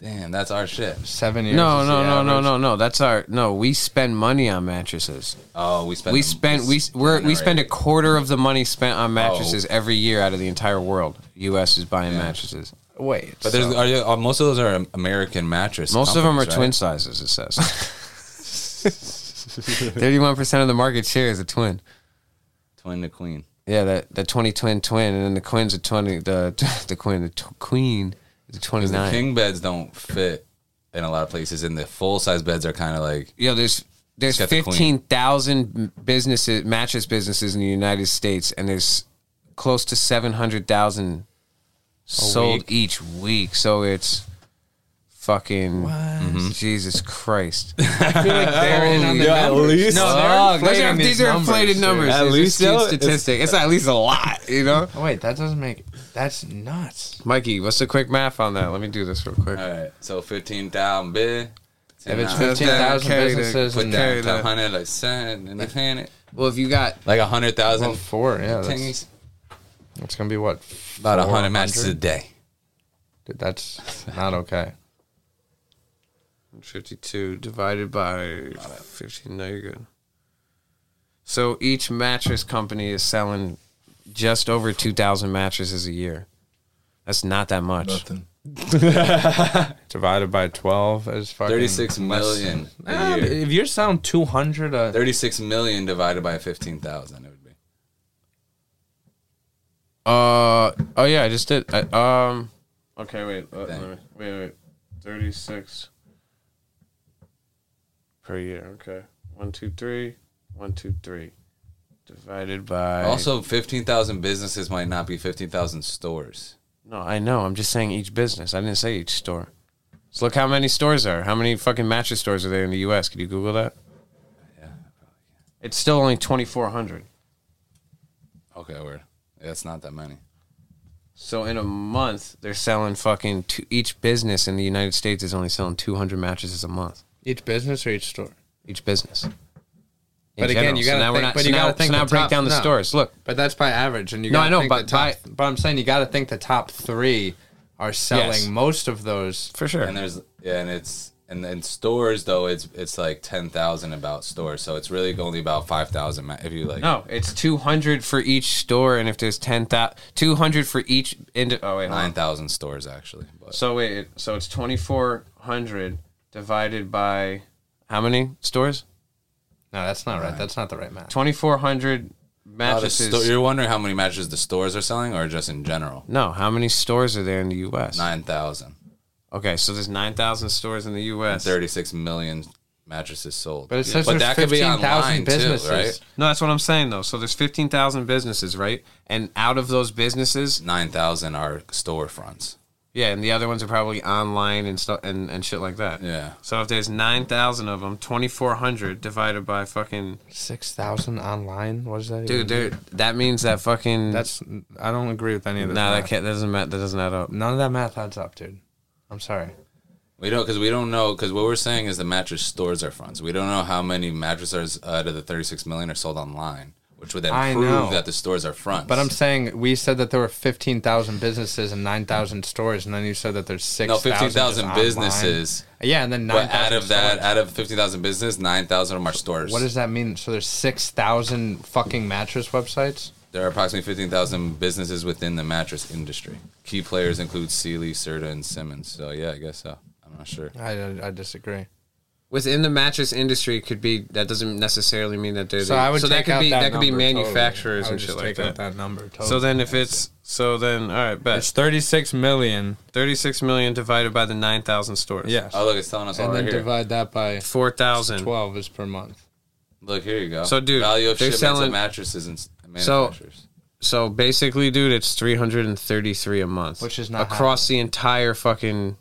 Speaker 3: Damn, that's our shit.
Speaker 4: Seven years.
Speaker 2: No,
Speaker 4: is
Speaker 2: no,
Speaker 4: the
Speaker 2: no, no,
Speaker 4: average.
Speaker 2: no, no. That's our no. We spend money on mattresses.
Speaker 3: Oh, we spent.
Speaker 2: We spent we we're, we spend a quarter of the money spent on mattresses every year out of the entire world. U.S. is buying mattresses.
Speaker 4: Wait.
Speaker 3: But there's are you, uh, most of those are American mattress.
Speaker 2: Most of them are
Speaker 3: companies, right?
Speaker 2: twin sizes. It says. Thirty-one percent of the market share is a twin.
Speaker 3: Twin to queen.
Speaker 2: Yeah, that that twenty twin twin, and then the queen's a twenty. The the queen, the t- queen is a twenty
Speaker 3: 'Cause The
Speaker 2: nine.
Speaker 3: king beds don't fit in a lot of places, and the full size beds are kind of like
Speaker 2: Yo, there's there's
Speaker 3: It's got the queen.
Speaker 2: fifteen thousand businesses, mattress businesses in the United States, and there's close to seven hundred thousand sold each week. So it's fucking Jesus Christ.
Speaker 4: they're in on the
Speaker 2: Yo,
Speaker 4: numbers.
Speaker 3: least-
Speaker 4: no, they're
Speaker 3: Oh,
Speaker 2: Those
Speaker 4: inflating
Speaker 2: are,
Speaker 4: these
Speaker 2: these are inflated
Speaker 4: dude.
Speaker 2: numbers.
Speaker 3: At
Speaker 2: At
Speaker 3: least
Speaker 2: least
Speaker 3: though,
Speaker 2: it's
Speaker 3: it's-
Speaker 2: statistic. It's at least a lot, you know.
Speaker 4: Oh, wait, that doesn't make. That's nuts.
Speaker 2: Mikey, what's the quick math on that? Let me do this real quick.
Speaker 3: all right. So fifteen thousand bid.
Speaker 4: If it's
Speaker 3: Nah,
Speaker 2: fifteen-
Speaker 4: 15,000
Speaker 2: carry the-
Speaker 4: businesses
Speaker 3: put
Speaker 4: and
Speaker 3: down
Speaker 2: carry
Speaker 3: a
Speaker 2: that.
Speaker 3: hundred like cent and a hundred,
Speaker 2: Well, if you got
Speaker 3: like a hundred
Speaker 4: well,
Speaker 3: thousand.
Speaker 4: four, yeah, that's,
Speaker 3: Tingies.
Speaker 4: that's gonna be what?
Speaker 3: About a hundred
Speaker 4: 400?
Speaker 3: matches a day.
Speaker 4: Dude, that's not okay.
Speaker 2: 52 divided by 15. No, you're good. So each mattress company is selling just over 2,000 mattresses a year. That's not that much.
Speaker 1: Nothing.
Speaker 4: Divided by twelve is fucking
Speaker 3: Thirty six
Speaker 4: less-
Speaker 3: million
Speaker 4: Nah,
Speaker 3: a year.
Speaker 4: if you're selling two hundred, uh,
Speaker 3: 36 million divided by 15,000 it would be.
Speaker 2: Uh oh yeah, I just did. I, um okay, wait. uh,
Speaker 3: Dang.
Speaker 2: let me- wait, wait. 36 per year. Okay. one, two, three, one, two, three, Divided by
Speaker 3: Also 15,000 businesses might not be 15,000 stores.
Speaker 2: No, I know. I'm just saying each business. I didn't say each store. So look how many stores are. How many fucking mattress stores are there in the U.S.? Could you Google that? It's still only 2,400.
Speaker 3: Okay, word. That's not that many.
Speaker 2: So in a month, they're selling fucking two, each business in the United States is only selling 200 mattresses a month.
Speaker 4: each business or each store.
Speaker 2: Each business. In
Speaker 4: But again, you
Speaker 2: so
Speaker 4: gotta
Speaker 2: now we're
Speaker 4: think-
Speaker 2: not,
Speaker 4: but
Speaker 2: so
Speaker 4: you
Speaker 2: now,
Speaker 4: gotta think
Speaker 2: so now
Speaker 4: the
Speaker 2: break
Speaker 4: top-
Speaker 2: down the
Speaker 4: no.
Speaker 2: stores. Look,
Speaker 4: But that's by average, and you.
Speaker 2: No,
Speaker 4: gotta
Speaker 2: I know,
Speaker 4: think
Speaker 2: but
Speaker 4: the top, but I'm saying you got to think the top three are selling
Speaker 2: Yes.
Speaker 4: most of those.
Speaker 2: for sure.
Speaker 3: And there's yeah, and it's and then stores though it's it's like 10,000 about stores. So it's really only about 5,000 ma- if you like
Speaker 2: No, it's 200 for each store, and if there's 10,000, 200 for each. Indi- oh wait, hold on.
Speaker 3: 9,000 stores actually. But
Speaker 2: So wait, it- so it's twenty four hundred divided by how many stores?
Speaker 4: No, that's not right. That's not the right math.
Speaker 2: Twenty four hundred
Speaker 3: A lot of
Speaker 2: mattresses.
Speaker 3: sto- you're wondering how many mattresses the stores are selling or just in general?
Speaker 2: no, how many stores are there in the U.S.?
Speaker 3: 9,000.
Speaker 2: Okay, so there's nine thousand stores in the U.S.
Speaker 3: 36 million mattresses sold.
Speaker 4: But it says there's
Speaker 3: that could be
Speaker 4: 15,000
Speaker 3: online
Speaker 4: businesses.
Speaker 3: too, right?
Speaker 2: No, that's what I'm saying though. So there's fifteen thousand businesses, right? And out of those businesses,
Speaker 3: 9,000 are storefronts.
Speaker 2: yeah, and the other ones are probably online and stuff and, and shit like that.
Speaker 3: Yeah.
Speaker 2: So if there's nine thousand of them, twenty four hundred divided by fucking
Speaker 4: Six thousand online. What is that? even
Speaker 2: dude,
Speaker 4: mean?
Speaker 2: dude, that means that fucking
Speaker 4: that's. I don't agree with any of
Speaker 2: no,
Speaker 4: this.
Speaker 2: that
Speaker 4: math.
Speaker 2: can't, that doesn't ma- that doesn't add up.
Speaker 4: None of that math adds up, dude. I'm sorry.
Speaker 3: We don't because we don't know because what we're saying is the mattress stores are fronts. We don't know how many mattresses out of the 36 million are sold online, which would then
Speaker 4: I
Speaker 3: prove
Speaker 4: know.
Speaker 3: that the stores are fronts.
Speaker 4: But I'm saying we said that there were fifteen thousand businesses and nine thousand stores, and then you said that there's six.
Speaker 3: no 15,000 businesses.
Speaker 4: Yeah, and then nine.
Speaker 3: But out of that, out of 15,000 businesses, 9,000 of them are stores.
Speaker 4: what does that mean? So there's six thousand fucking mattress websites.
Speaker 3: there are approximately 15,000 businesses within the mattress industry. Key players include Sealy, Serta, and Simmons. So yeah, I guess so. I'm not sure.
Speaker 4: I, I, I disagree.
Speaker 2: within the mattress industry could be that doesn't necessarily mean that they're
Speaker 4: So
Speaker 2: the-
Speaker 4: I would
Speaker 2: so that
Speaker 4: take
Speaker 2: could
Speaker 4: out
Speaker 2: be
Speaker 4: that
Speaker 2: that could be
Speaker 4: number totally.
Speaker 2: manufacturers
Speaker 4: I would
Speaker 2: and
Speaker 4: just
Speaker 2: shit like
Speaker 4: take out
Speaker 2: that.
Speaker 4: that number. Totally.
Speaker 2: So then if it's so then all right,
Speaker 4: it's
Speaker 2: bet
Speaker 4: 36 million.
Speaker 2: 36 million divided by the 9,000 stores.
Speaker 4: Yes.
Speaker 3: Oh, look, it's telling us all
Speaker 4: and
Speaker 3: right
Speaker 4: then
Speaker 3: here.
Speaker 4: divide that by
Speaker 2: 4,000.
Speaker 4: 12 is per month.
Speaker 3: Look, here you go.
Speaker 2: So, dude,
Speaker 3: value of
Speaker 2: they're
Speaker 3: shipments
Speaker 2: selling-
Speaker 3: of mattresses and s-
Speaker 2: So-
Speaker 3: manufacturers.
Speaker 2: So basically, dude, it's 333 a month.
Speaker 4: Which is not
Speaker 2: across the entire fucking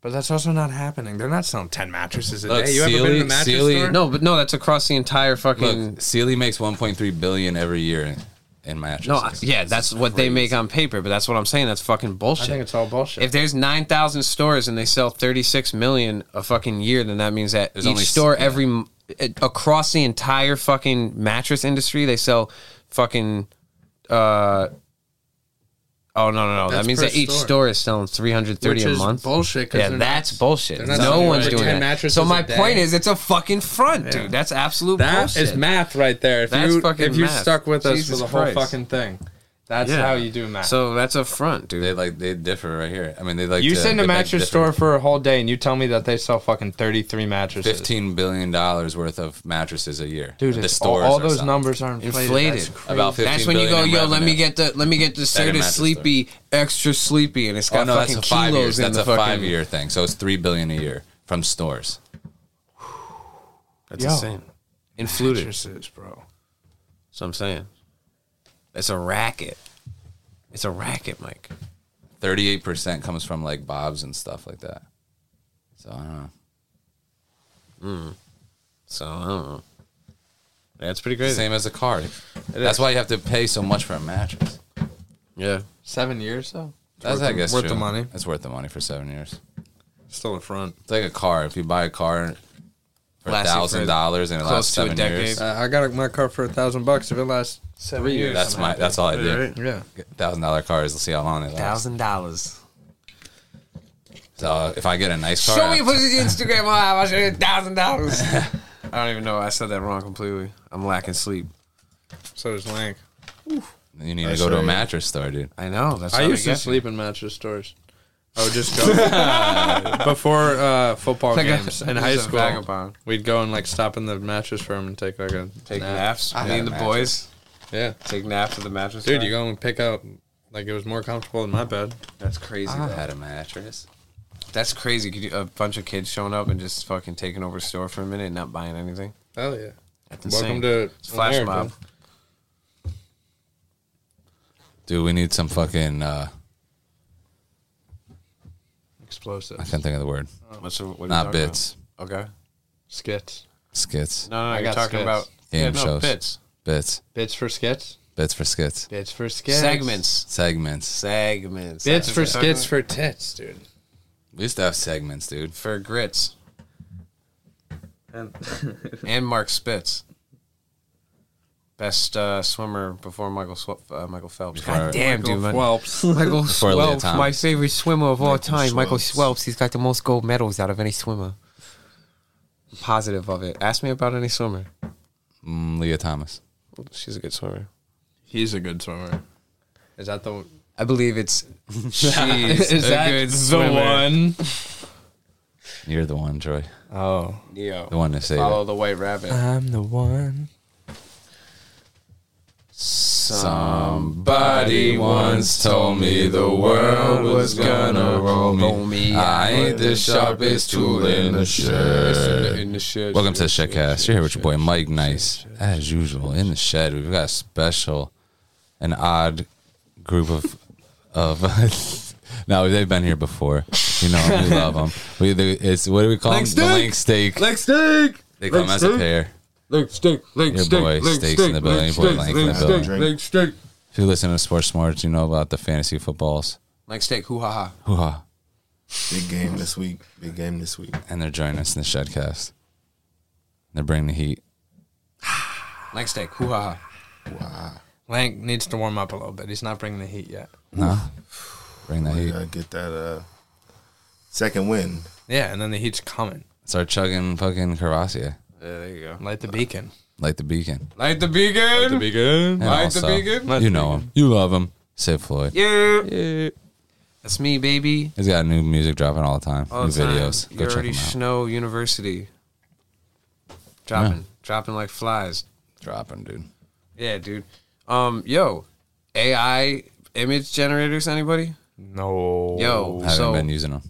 Speaker 4: But that's also not happening. They're not selling ten mattresses a
Speaker 3: Look,
Speaker 4: day. You ever been
Speaker 3: Sealy-
Speaker 4: to a mattress
Speaker 3: Sealy-
Speaker 4: store?
Speaker 2: No, but no, that's across the entire fucking.
Speaker 3: Look, Sealy makes 1.3 billion every year in, in mattresses.
Speaker 2: no, I- yeah, that's what they make on paper, but that's what I'm saying. That's fucking bullshit.
Speaker 4: I think it's all bullshit.
Speaker 2: If there's 9,000 stores and they sell 36 million a fucking year, then that means that
Speaker 3: There's
Speaker 2: each
Speaker 3: only s-
Speaker 2: store,
Speaker 3: yeah.
Speaker 2: every m- it- across the entire fucking mattress industry, they sell fucking. uh Oh no no no! that
Speaker 4: That's
Speaker 2: means
Speaker 4: per
Speaker 2: that each
Speaker 4: store.
Speaker 2: store is selling 330
Speaker 4: Which
Speaker 2: a
Speaker 4: is
Speaker 2: month.
Speaker 4: bullshit 'cause
Speaker 2: Yeah,
Speaker 4: they're not-
Speaker 2: that's bullshit.
Speaker 4: they're not
Speaker 2: No
Speaker 4: selling
Speaker 2: one's
Speaker 4: over
Speaker 2: doing
Speaker 4: 10
Speaker 2: that.
Speaker 4: mattresses
Speaker 2: So my
Speaker 4: a day.
Speaker 2: point is, it's a fucking front, dude. That's absolute
Speaker 4: That is
Speaker 2: bullshit.
Speaker 4: math right there. If
Speaker 2: That's
Speaker 4: you
Speaker 2: fucking
Speaker 4: if you
Speaker 2: math.
Speaker 4: stuck with us
Speaker 2: Jesus
Speaker 4: for the
Speaker 2: Christ.
Speaker 4: whole fucking thing, that's
Speaker 2: Yeah.
Speaker 4: how you do math.
Speaker 2: So that's a front, dude.
Speaker 3: They like they differ right here. I mean, they like
Speaker 4: you
Speaker 3: to-
Speaker 4: sit in a
Speaker 3: they make
Speaker 4: mattress
Speaker 3: different-
Speaker 4: store for a whole day and you tell me that they sell fucking thirty three mattresses.
Speaker 3: fifteen billion dollars worth of mattresses a year.
Speaker 4: Dude,
Speaker 3: the
Speaker 4: it's- all, all
Speaker 3: are
Speaker 4: those
Speaker 3: selling.
Speaker 4: numbers are inflated.
Speaker 2: Inflated.
Speaker 4: That's crazy.
Speaker 3: about fifteen.
Speaker 2: That's when you go,
Speaker 3: billion in
Speaker 2: yo, let me
Speaker 3: revenue.
Speaker 2: get the let me get the
Speaker 3: That
Speaker 2: Serta
Speaker 3: matches
Speaker 2: sleepy, extra sleepy, and it's
Speaker 3: Oh
Speaker 2: got
Speaker 3: no, that's
Speaker 2: fucking
Speaker 3: a five
Speaker 2: kilos
Speaker 3: years.
Speaker 2: in
Speaker 3: That's
Speaker 2: the
Speaker 3: a
Speaker 2: fucking
Speaker 3: five year thing. So it's three billion a year from stores.
Speaker 2: That's
Speaker 4: Yo.
Speaker 2: insane. Influted. That's
Speaker 4: mattresses, bro.
Speaker 2: what I'm saying. It's a racket. It's a racket, Mike.
Speaker 3: Thirty eight percent comes from like Bob's and stuff like that. So I don't know.
Speaker 2: Hmm. So I don't know. That's pretty
Speaker 3: It's
Speaker 2: crazy.
Speaker 3: the Same as a car. That's why you have to pay so much for a mattress.
Speaker 2: Yeah.
Speaker 4: Seven years though.
Speaker 3: That's
Speaker 4: worth
Speaker 3: I
Speaker 4: the-
Speaker 3: guess
Speaker 4: worth the
Speaker 3: true.
Speaker 4: money.
Speaker 3: It's worth the money for seven years.
Speaker 4: Still a front.
Speaker 3: It's like a car. If you buy a car for
Speaker 2: Lasts you for
Speaker 3: thousand dollars and it
Speaker 2: close
Speaker 3: lasts
Speaker 2: to a
Speaker 3: seven
Speaker 2: decade.
Speaker 3: years,
Speaker 4: Uh, I got my car for a thousand bucks if it lasts seven
Speaker 2: Three years.
Speaker 3: that's my. That's all I do.
Speaker 4: Yeah.
Speaker 3: Thousand dollar cars. Let's see how long it lasts.
Speaker 2: Thousand dollars.
Speaker 3: So if I get a nice car,
Speaker 2: Show me
Speaker 3: after-
Speaker 2: your pussy on Instagram. I'll I'll show you thousand dollars. I don't even know. I said that wrong completely. I'm lacking sleep.
Speaker 4: So does Lank.
Speaker 3: You need
Speaker 1: That's
Speaker 3: to go to a
Speaker 1: right.
Speaker 3: mattress store, dude.
Speaker 2: I know. That's
Speaker 4: I
Speaker 2: how they
Speaker 4: used to
Speaker 2: get you.
Speaker 4: sleep in mattress stores. I would just go before uh, football
Speaker 2: Like a-
Speaker 4: games in high
Speaker 2: he's a
Speaker 4: school.
Speaker 2: vagabond.
Speaker 4: We'd go and like stop in the mattress firm and take like a
Speaker 2: Take
Speaker 4: nap.
Speaker 2: naps.
Speaker 3: I
Speaker 2: Me
Speaker 3: got
Speaker 2: and the
Speaker 3: a
Speaker 2: boys
Speaker 4: Yeah,
Speaker 2: take naps at the mattress.
Speaker 4: dude,
Speaker 2: rack.
Speaker 4: you go and pick up. Like it was more comfortable than my bed.
Speaker 2: That's crazy.
Speaker 3: I
Speaker 2: though.
Speaker 3: had a mattress.
Speaker 2: That's crazy. Could you, a bunch of kids showing up and just fucking taking over the store for a minute and not buying anything.
Speaker 4: Hell yeah!
Speaker 2: That's
Speaker 4: Welcome
Speaker 2: insane.
Speaker 4: to
Speaker 2: It's a flash
Speaker 4: America.
Speaker 2: mob.
Speaker 3: Dude, we need some fucking. Uh, I
Speaker 4: Explosives,
Speaker 3: can't think of the word.
Speaker 4: Oh.
Speaker 2: What's the- what are you
Speaker 3: Not
Speaker 2: talking
Speaker 3: bits.
Speaker 2: about? Okay.
Speaker 4: skits,
Speaker 3: Skits.
Speaker 2: No, no, no
Speaker 4: I
Speaker 2: you're
Speaker 4: got
Speaker 2: talking
Speaker 4: skits.
Speaker 2: about
Speaker 3: Game
Speaker 2: yeah, no,
Speaker 3: shows.
Speaker 2: bits,
Speaker 3: Bits.
Speaker 4: bits for skits,
Speaker 3: Bits for skits.
Speaker 4: bits for skits,
Speaker 2: segments,
Speaker 3: Segments.
Speaker 2: segments.
Speaker 4: bits
Speaker 2: That's
Speaker 4: for
Speaker 2: what I'm talking
Speaker 4: skits for tits, dude.
Speaker 3: We used to have segments, dude.
Speaker 2: about. for grits. and Mark Spitz, best uh, swimmer before Michael Sw- uh, Michael Phelps.
Speaker 3: Before-
Speaker 2: God damn, dude, man. Michael
Speaker 3: Before Leah Thomas.
Speaker 2: favorite swimmer of all time, Michael
Speaker 1: Schwelps.
Speaker 2: Schwelps. He's got the most gold medals out of any swimmer. I'm positive of it. Ask me about any swimmer.
Speaker 3: Mm, Leah Thomas.
Speaker 2: She's a good swimmer.
Speaker 4: He's a good swimmer. Is that the
Speaker 2: I believe it's she's a good swimmer.
Speaker 4: one?
Speaker 3: You're the one, Troy.
Speaker 4: Oh,
Speaker 2: Neo.
Speaker 3: The one to say
Speaker 2: Follow
Speaker 3: that.
Speaker 2: the white rabbit.
Speaker 4: I'm the one.
Speaker 3: Somebody once told me the world was gonna roll me. I ain't the sharpest tool in the shed.
Speaker 2: In the shit.
Speaker 3: Welcome to the Shedcast. You're here with your boy Mike Nice, as usual, in the shed. We've got a special, an odd group of of. no, they've been here before. You know, we love them. We the, it's what do we call
Speaker 2: Leg
Speaker 3: them? The
Speaker 2: steak.
Speaker 3: link steak.
Speaker 2: Leg steak.
Speaker 3: they call them as a
Speaker 2: steak.
Speaker 3: pair.
Speaker 2: Leg steak. Leg
Speaker 3: Your
Speaker 2: steak.
Speaker 3: boy
Speaker 2: leg
Speaker 3: Steaks in the
Speaker 2: steak,
Speaker 3: building.
Speaker 2: leg
Speaker 3: Your boy
Speaker 2: steak,
Speaker 3: Lank in
Speaker 2: leg
Speaker 3: the
Speaker 2: steak,
Speaker 3: building.
Speaker 2: Leg steak.
Speaker 3: If you listen to Sports Smarts, you know about the fantasy footballs.
Speaker 2: Leg steak. Hoo ha ha.
Speaker 3: Hoo-ha.
Speaker 1: Big game this week. Big game this week.
Speaker 3: And they're joining us in the Shedcast. They're bringing the heat.
Speaker 2: Leg steak. Hoo ha ha.
Speaker 4: Lank needs to warm up a little bit. He's not bringing the heat yet.
Speaker 3: No, bring the
Speaker 1: We
Speaker 3: heat.
Speaker 1: gotta get that uh, second win.
Speaker 4: Yeah, and then the heat's coming.
Speaker 3: Start chugging fucking Carasia.
Speaker 2: Yeah, there you go.
Speaker 4: Light the beacon.
Speaker 3: Light the beacon.
Speaker 2: Light the beacon. Light the
Speaker 4: beacon.
Speaker 3: And
Speaker 2: Light
Speaker 3: also,
Speaker 2: the beacon.
Speaker 3: You know him. You love him. Sid Floyd.
Speaker 2: Yeah. That's me, baby.
Speaker 3: He's got new music dropping all the time.
Speaker 2: All
Speaker 3: new
Speaker 2: the time.
Speaker 3: videos. Go
Speaker 2: You're
Speaker 3: check
Speaker 2: already
Speaker 3: him out.
Speaker 2: Snow University. Dropping. Dropping like flies.
Speaker 3: dropping, dude.
Speaker 2: Yeah, dude. Um, yo, AI image generators, anybody?
Speaker 4: No.
Speaker 2: Yo,
Speaker 3: Haven't
Speaker 2: so
Speaker 3: been using them.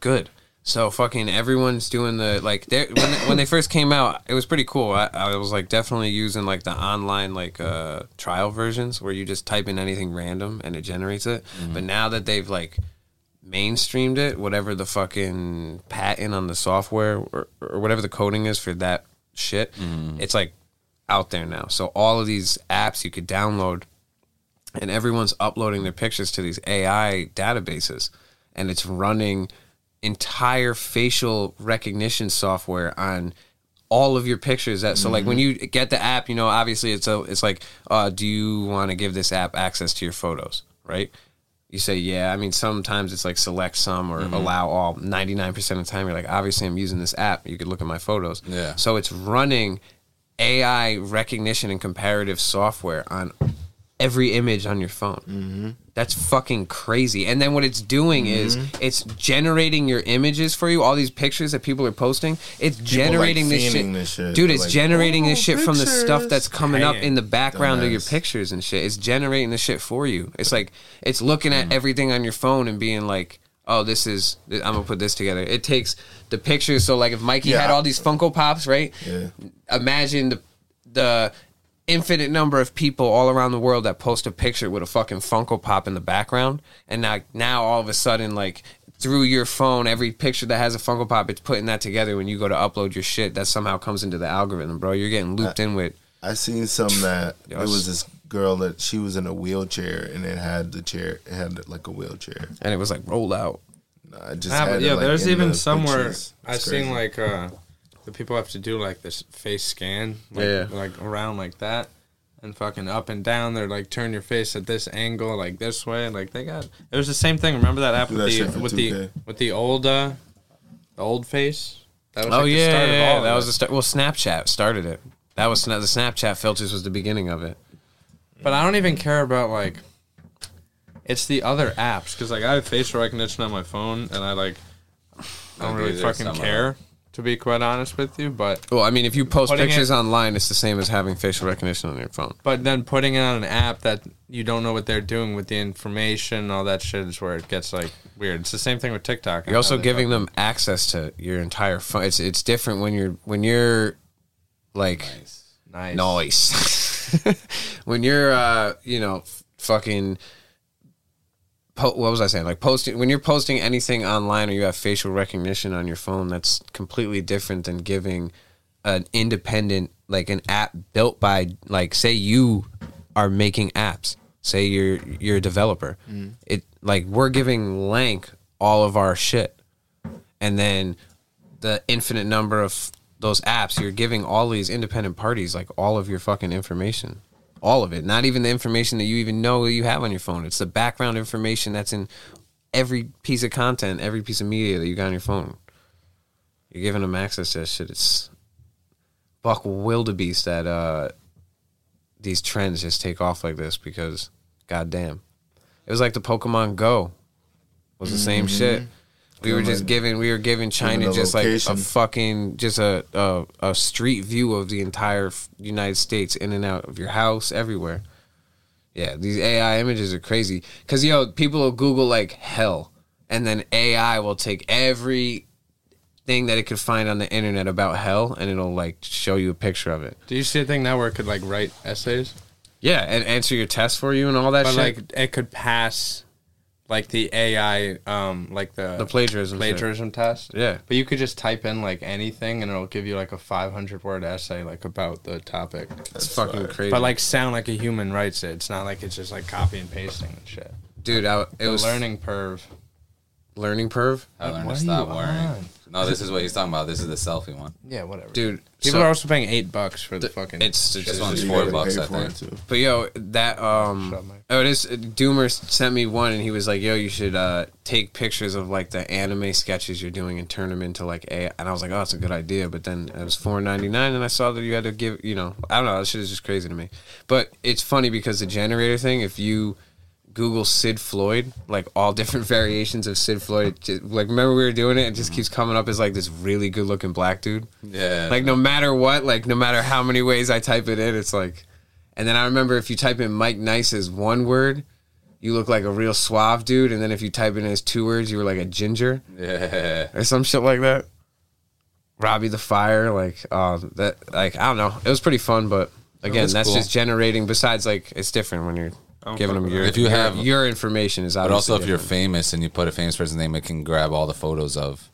Speaker 2: good. So fucking everyone's doing the like they when they, when they first came out, it was pretty cool. I, I was like definitely using like the online like uh trial versions where you just type in anything random and it generates it. But now that they've like mainstreamed it, whatever the fucking patent on the software or, or whatever the coding is for that shit, it's like out there now. So all of these apps you could download and everyone's uploading their pictures to these AI databases, and it's running entire facial recognition software on all of your pictures. That so, like when you get the app, you know, obviously it's a, it's like, uh, do you want to give this app access to your photos, right? You say yeah. I mean, sometimes it's like select some or
Speaker 1: Mm-hmm.
Speaker 2: allow all. Ninety nine percent of the time, you're like, obviously, I'm using this app. You could look at my photos.
Speaker 3: Yeah.
Speaker 2: So it's running AI recognition and comparative software on every image on your phone.
Speaker 1: Mm-hmm.
Speaker 2: That's fucking crazy. And then what it's doing is
Speaker 1: Mm-hmm.
Speaker 2: it's generating your images for you. All these pictures that people are posting, it's generating this,
Speaker 1: fiending
Speaker 2: shit.
Speaker 1: this shit.
Speaker 2: dude.
Speaker 1: They're
Speaker 2: It's
Speaker 1: like,
Speaker 2: generating this
Speaker 1: "Oh,
Speaker 2: shit from the stuff
Speaker 1: pictures."
Speaker 2: that's coming up in the background of your
Speaker 1: Dumbass.
Speaker 2: pictures and shit. It's generating the shit for you. It's like it's looking
Speaker 1: Mm.
Speaker 2: at everything on your phone and being like. Oh, this is. I'm gonna put this together. It takes the pictures. So, like, if Mikey
Speaker 1: Yeah.
Speaker 2: had all these Funko Pops, right?
Speaker 1: Yeah.
Speaker 2: imagine the the infinite number of people all around the world that post a picture with a fucking Funko Pop in the background, and now now all of a sudden like through your phone, every picture that has a Funko Pop, it's putting that together. When you go to upload your shit, that somehow comes into the algorithm, bro. You're getting looped
Speaker 1: Uh,
Speaker 2: in with.
Speaker 1: I seen some that it
Speaker 2: Yes.
Speaker 1: was this girl that she was in a wheelchair and it had the chair, it had like a wheelchair.
Speaker 2: And it was like roll out.
Speaker 1: I just
Speaker 4: Ah,
Speaker 1: had
Speaker 4: but
Speaker 1: it,
Speaker 4: yeah,
Speaker 1: like,
Speaker 4: there's
Speaker 1: in
Speaker 4: even
Speaker 1: the
Speaker 4: somewhere
Speaker 1: pictures.
Speaker 4: I've
Speaker 1: It's
Speaker 4: seen
Speaker 1: crazy.
Speaker 4: like uh, the people have to do like this face scan, like,
Speaker 2: Yeah.
Speaker 4: like around like that, and fucking up and down. They're like turn your face at this angle, like this way, like they got. It was the same thing. Remember that app
Speaker 1: Do
Speaker 4: with
Speaker 1: that
Speaker 4: the
Speaker 1: shit for
Speaker 4: with
Speaker 1: 2K.
Speaker 4: the with the old uh, the old face. That was
Speaker 2: oh
Speaker 4: like,
Speaker 2: yeah,
Speaker 4: the start
Speaker 2: yeah,
Speaker 4: of all
Speaker 2: yeah,
Speaker 4: of
Speaker 2: that
Speaker 4: it.
Speaker 2: was the start. Well, Snapchat started it. That was sna- the Snapchat filters was the beginning of it.
Speaker 4: But I don't even care about like. It's the other apps because like I have facial recognition on my phone, and I like I don't
Speaker 3: Okay,
Speaker 4: really
Speaker 3: there's
Speaker 4: fucking
Speaker 3: some of
Speaker 4: care to be quite honest with you. But
Speaker 2: Well, I mean, if you post
Speaker 4: Putting it-
Speaker 2: pictures online, it's the same as having facial recognition on your phone.
Speaker 4: but then putting it on an app that you don't know what they're doing with the information and all that shit is where it gets like weird. It's the same thing with TikTok.
Speaker 2: You're also giving them access to your entire phone. It's it's different when you're when you're like
Speaker 4: nice.
Speaker 2: noise. when you're uh, you know, f- fucking po- what was I saying? Like posting when you're posting anything online or you have facial recognition on your phone, that's completely different than giving an independent like an app built by like say you are making apps. Say you're you're a developer. It like we're giving Lank all of our shit and then the infinite number of those apps you're giving all these independent parties like all of your fucking information all of it not even the information that you even know you have on your phone it's the background information that's in every piece of content every piece of media that you got on your phone you're giving them access to that shit it's buck wildebeest that uh these trends just take off like this because goddamn it was like the pokemon go was the same shit we were just giving we were giving china
Speaker 1: the
Speaker 2: just like
Speaker 1: location.
Speaker 2: a fucking just a, a a street view of the entire f- united states in and out of your house everywhere yeah, these AI images are crazy. Cause you know, people will Google like hell, and then AI will take every thing that it could find on the internet about hell, and it'll like show you a picture of it.
Speaker 4: Do you see a thing now where it could like write essays,
Speaker 2: Yeah, and answer your test for you and all that
Speaker 4: but
Speaker 2: shit.
Speaker 4: like it could pass like the AI, um, like the
Speaker 2: the plagiarism. shit.
Speaker 4: plagiarism test.
Speaker 2: Yeah.
Speaker 4: But you could just type in like anything and it'll give you like a 500 word essay like about the topic.
Speaker 2: It's fucking crazy.
Speaker 4: But like sound like a human writes it. It's not like it's just like copy and pasting and shit.
Speaker 2: dude, I, it
Speaker 4: The
Speaker 2: was learning
Speaker 4: learning perv.
Speaker 2: learning perv.
Speaker 3: I learned
Speaker 4: What
Speaker 3: to
Speaker 4: are
Speaker 3: stop
Speaker 4: you
Speaker 3: worrying.
Speaker 4: on?
Speaker 3: No, this is what he's talking about. This is the selfie one.
Speaker 4: Yeah, whatever.
Speaker 2: Dude,
Speaker 4: people
Speaker 2: so-
Speaker 4: are also paying 8 bucks for the fucking
Speaker 2: it's just
Speaker 3: This one's
Speaker 1: You
Speaker 3: four
Speaker 1: gotta
Speaker 3: bucks,
Speaker 1: pay
Speaker 3: I
Speaker 1: for it,
Speaker 3: think.
Speaker 1: too.
Speaker 2: But yo, that
Speaker 4: Shut up,
Speaker 2: um
Speaker 4: Mike.
Speaker 2: oh this Doomer sent me one and he was like, "Yo, you should uh take pictures of like the anime sketches you're doing and turn them into like a." And I was like, "Oh, that's a good idea." But then it was four ninety nine, and I saw that you had to give you know I don't know that shit is just crazy to me. But it's funny because the generator thing, if you Google Sid Floyd, like all different variations of Sid Floyd, just, like remember we were doing it, it
Speaker 4: Mm-hmm.
Speaker 2: just keeps coming up as like this really good looking black dude.
Speaker 3: Yeah.
Speaker 2: Like no matter what, like no matter how many ways I type it in, it's like. And then I remember if you type in Mike Nice as one word, you look like a real suave dude. And then if you type in as two words, you were like a ginger
Speaker 3: yeah.
Speaker 2: or some shit like that. Robbie the Fire, like uh, that, like I don't know. It was pretty fun, but again,
Speaker 3: was
Speaker 2: that's
Speaker 3: cool.
Speaker 2: just generating. Besides, like it's different when you're giving them your
Speaker 3: If you
Speaker 2: your-
Speaker 3: have-
Speaker 2: your information is out.
Speaker 3: But also, if you're famous and you put a famous person's name, it can grab all the photos of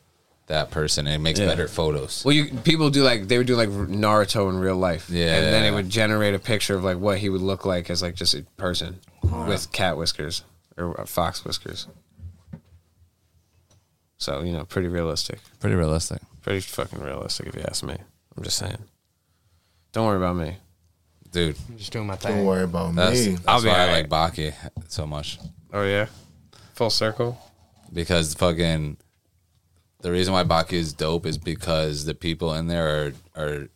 Speaker 3: that person and it makes better photos.
Speaker 2: well, you people do like they would do like Naruto in real life,
Speaker 3: Yeah.
Speaker 2: and then it would generate a picture of like what he would look like as like just a person with cat whiskers or uh, fox whiskers. So you know, pretty realistic,
Speaker 3: Pretty realistic.
Speaker 2: pretty fucking realistic if you ask me. I'm just saying. Don't worry about me.
Speaker 3: Dude,
Speaker 4: I'm just doing my
Speaker 1: Don't
Speaker 4: thing.
Speaker 1: worry about
Speaker 3: that's,
Speaker 1: me.
Speaker 3: that's
Speaker 2: I'll be
Speaker 3: why I
Speaker 2: alright.
Speaker 3: like Baki so much.
Speaker 2: Oh yeah, full circle.
Speaker 3: because fucking the reason why Baki is dope is because the people in there are are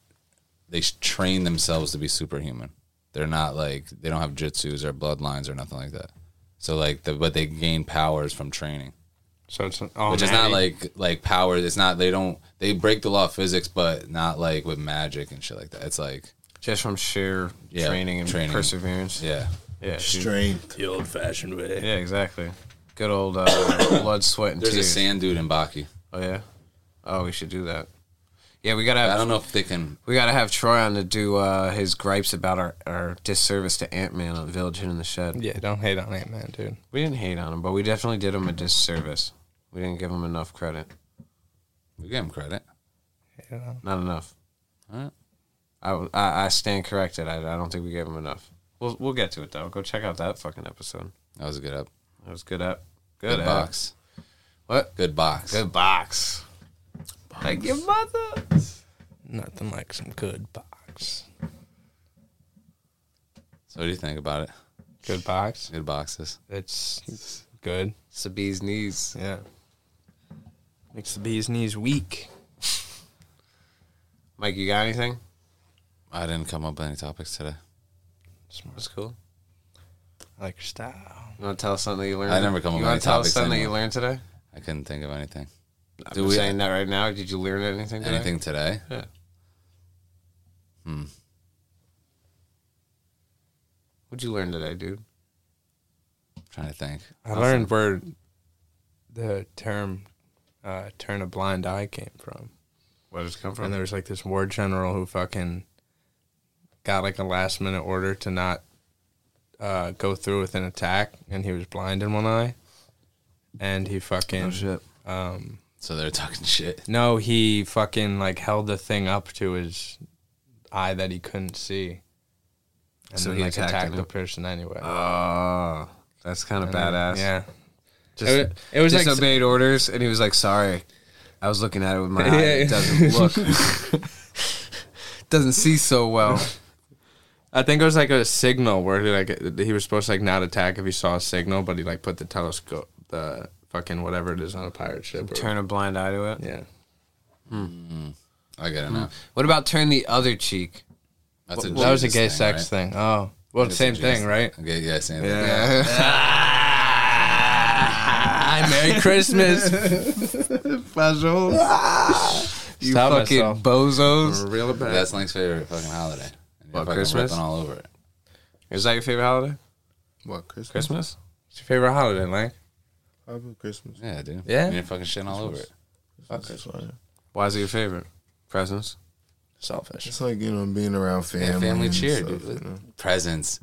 Speaker 3: they s- train themselves to be superhuman. They're not like they don't have jutsus or bloodlines or nothing like that. So like the but they gain powers from training,
Speaker 4: So it's oh,
Speaker 3: which is not like like powers. It's not they don't they break the law of physics, but not like with magic and shit like that. It's like
Speaker 2: Just from sheer
Speaker 3: Yeah,
Speaker 2: training and
Speaker 3: training.
Speaker 2: perseverance.
Speaker 3: yeah,
Speaker 2: Yeah, dude.
Speaker 1: Strength.
Speaker 5: The old fashioned way.
Speaker 2: yeah, exactly. Good old uh, blood, sweat, and
Speaker 3: there's a
Speaker 2: tears.
Speaker 3: sand dude in Baki.
Speaker 2: Oh yeah. Oh, we should do that. Yeah, we gotta
Speaker 3: I
Speaker 2: have
Speaker 3: don't know if they can.
Speaker 2: we gotta have Troy on to do uh, his gripes about our, our disservice to Ant Man on Village Hidden in the Shed.
Speaker 4: Yeah, don't hate on Ant Man, dude.
Speaker 2: We didn't hate on him, but we definitely did him a disservice. We didn't give him enough credit.
Speaker 3: We give him credit.
Speaker 4: You know?
Speaker 2: Not enough.
Speaker 3: Alright.
Speaker 2: I, I I stand corrected. I, I don't think we gave him enough. We'll we'll get to it though. Go check out that fucking episode.
Speaker 3: That was a good up.
Speaker 2: That was good up. Good,
Speaker 3: Good
Speaker 2: app.
Speaker 3: box.
Speaker 2: What?
Speaker 3: Good box.
Speaker 2: Good box. Like your mother.
Speaker 4: Nothing like some good box.
Speaker 3: So what do you think about it?
Speaker 4: Good box.
Speaker 3: Good boxes.
Speaker 4: It's good.
Speaker 2: It's the bee's knees.
Speaker 4: Yeah. Makes the bee's knees weak.
Speaker 2: Mike, you got anything?
Speaker 3: I didn't come up with any topics today.
Speaker 2: That's cool.
Speaker 4: I like your style.
Speaker 2: You want to tell us something that you learned?
Speaker 3: I never come up
Speaker 2: You
Speaker 3: with
Speaker 2: want
Speaker 3: any
Speaker 2: to tell us
Speaker 3: topics
Speaker 2: something that you
Speaker 3: anymore.
Speaker 2: learned today?
Speaker 3: I couldn't think of anything.
Speaker 2: I'm
Speaker 3: Do
Speaker 2: just
Speaker 3: we-
Speaker 2: saying that right now. Did you learn anything? Today?
Speaker 3: Anything today?
Speaker 2: Yeah.
Speaker 3: Hmm.
Speaker 2: What'd you learn today, dude?
Speaker 3: trying to think.
Speaker 4: I learned where the term uh, "turn a blind eye" came from.
Speaker 2: Where does it come
Speaker 4: And there was like this war general who fucking got like a last minute order to not uh, go through with an attack, and he was blind in one eye. And he
Speaker 2: Oh,
Speaker 4: fucking Um,
Speaker 3: So they're talking shit.
Speaker 4: no, he fucking like held the thing up to his eye that he couldn't see, and
Speaker 2: So
Speaker 4: then
Speaker 2: he
Speaker 4: like
Speaker 2: attacked
Speaker 4: attacked,
Speaker 2: him.
Speaker 4: the person anyway.
Speaker 2: Oh, that's kind of
Speaker 4: And then-
Speaker 2: badass.
Speaker 4: Yeah,
Speaker 2: Just,
Speaker 4: It was- it was like-
Speaker 2: disobeyed orders, and he was like, "Sorry, I was looking at it with my eye. It
Speaker 4: Yeah.
Speaker 2: doesn't look, doesn't see so well."
Speaker 4: I think it was like a signal where he like he was supposed to like not attack if he saw a signal, but he like put the telescope, the fucking whatever it is on a pirate ship. Or,
Speaker 2: Turn a blind eye to it.
Speaker 4: yeah,
Speaker 3: I get it now.
Speaker 2: What about turn the other cheek?
Speaker 3: That's a
Speaker 4: that was a
Speaker 3: Jesus
Speaker 4: gay
Speaker 3: thing,
Speaker 4: sex
Speaker 3: right?
Speaker 4: thing. Oh, well,
Speaker 3: That's a
Speaker 4: same
Speaker 3: Jesus
Speaker 4: thing, right?
Speaker 3: Okay, yeah, same
Speaker 4: Merry Christmas,
Speaker 2: You
Speaker 4: Stop
Speaker 2: fucking
Speaker 4: myself.
Speaker 2: bozos.
Speaker 4: real
Speaker 3: thing.
Speaker 4: bad.
Speaker 3: That's Link's favorite fucking holiday. And
Speaker 2: What,
Speaker 3: you're fucking
Speaker 2: Christmas?
Speaker 3: ripping all over it.
Speaker 2: Is that your favorite holiday?
Speaker 1: What Christmas?
Speaker 2: Christmas?
Speaker 4: What's your favorite holiday, Lang?
Speaker 1: Probably Christmas.
Speaker 3: Yeah, dude.
Speaker 4: Yeah?
Speaker 3: And you're fucking shitting all over it.
Speaker 1: Christmas. Christmas.
Speaker 2: Why is it your favorite? Presents.
Speaker 4: Selfish.
Speaker 1: It's like you know being around family.
Speaker 3: Yeah, family
Speaker 1: and
Speaker 3: cheer,
Speaker 1: stuff,
Speaker 3: dude.
Speaker 1: you know.
Speaker 3: Presents.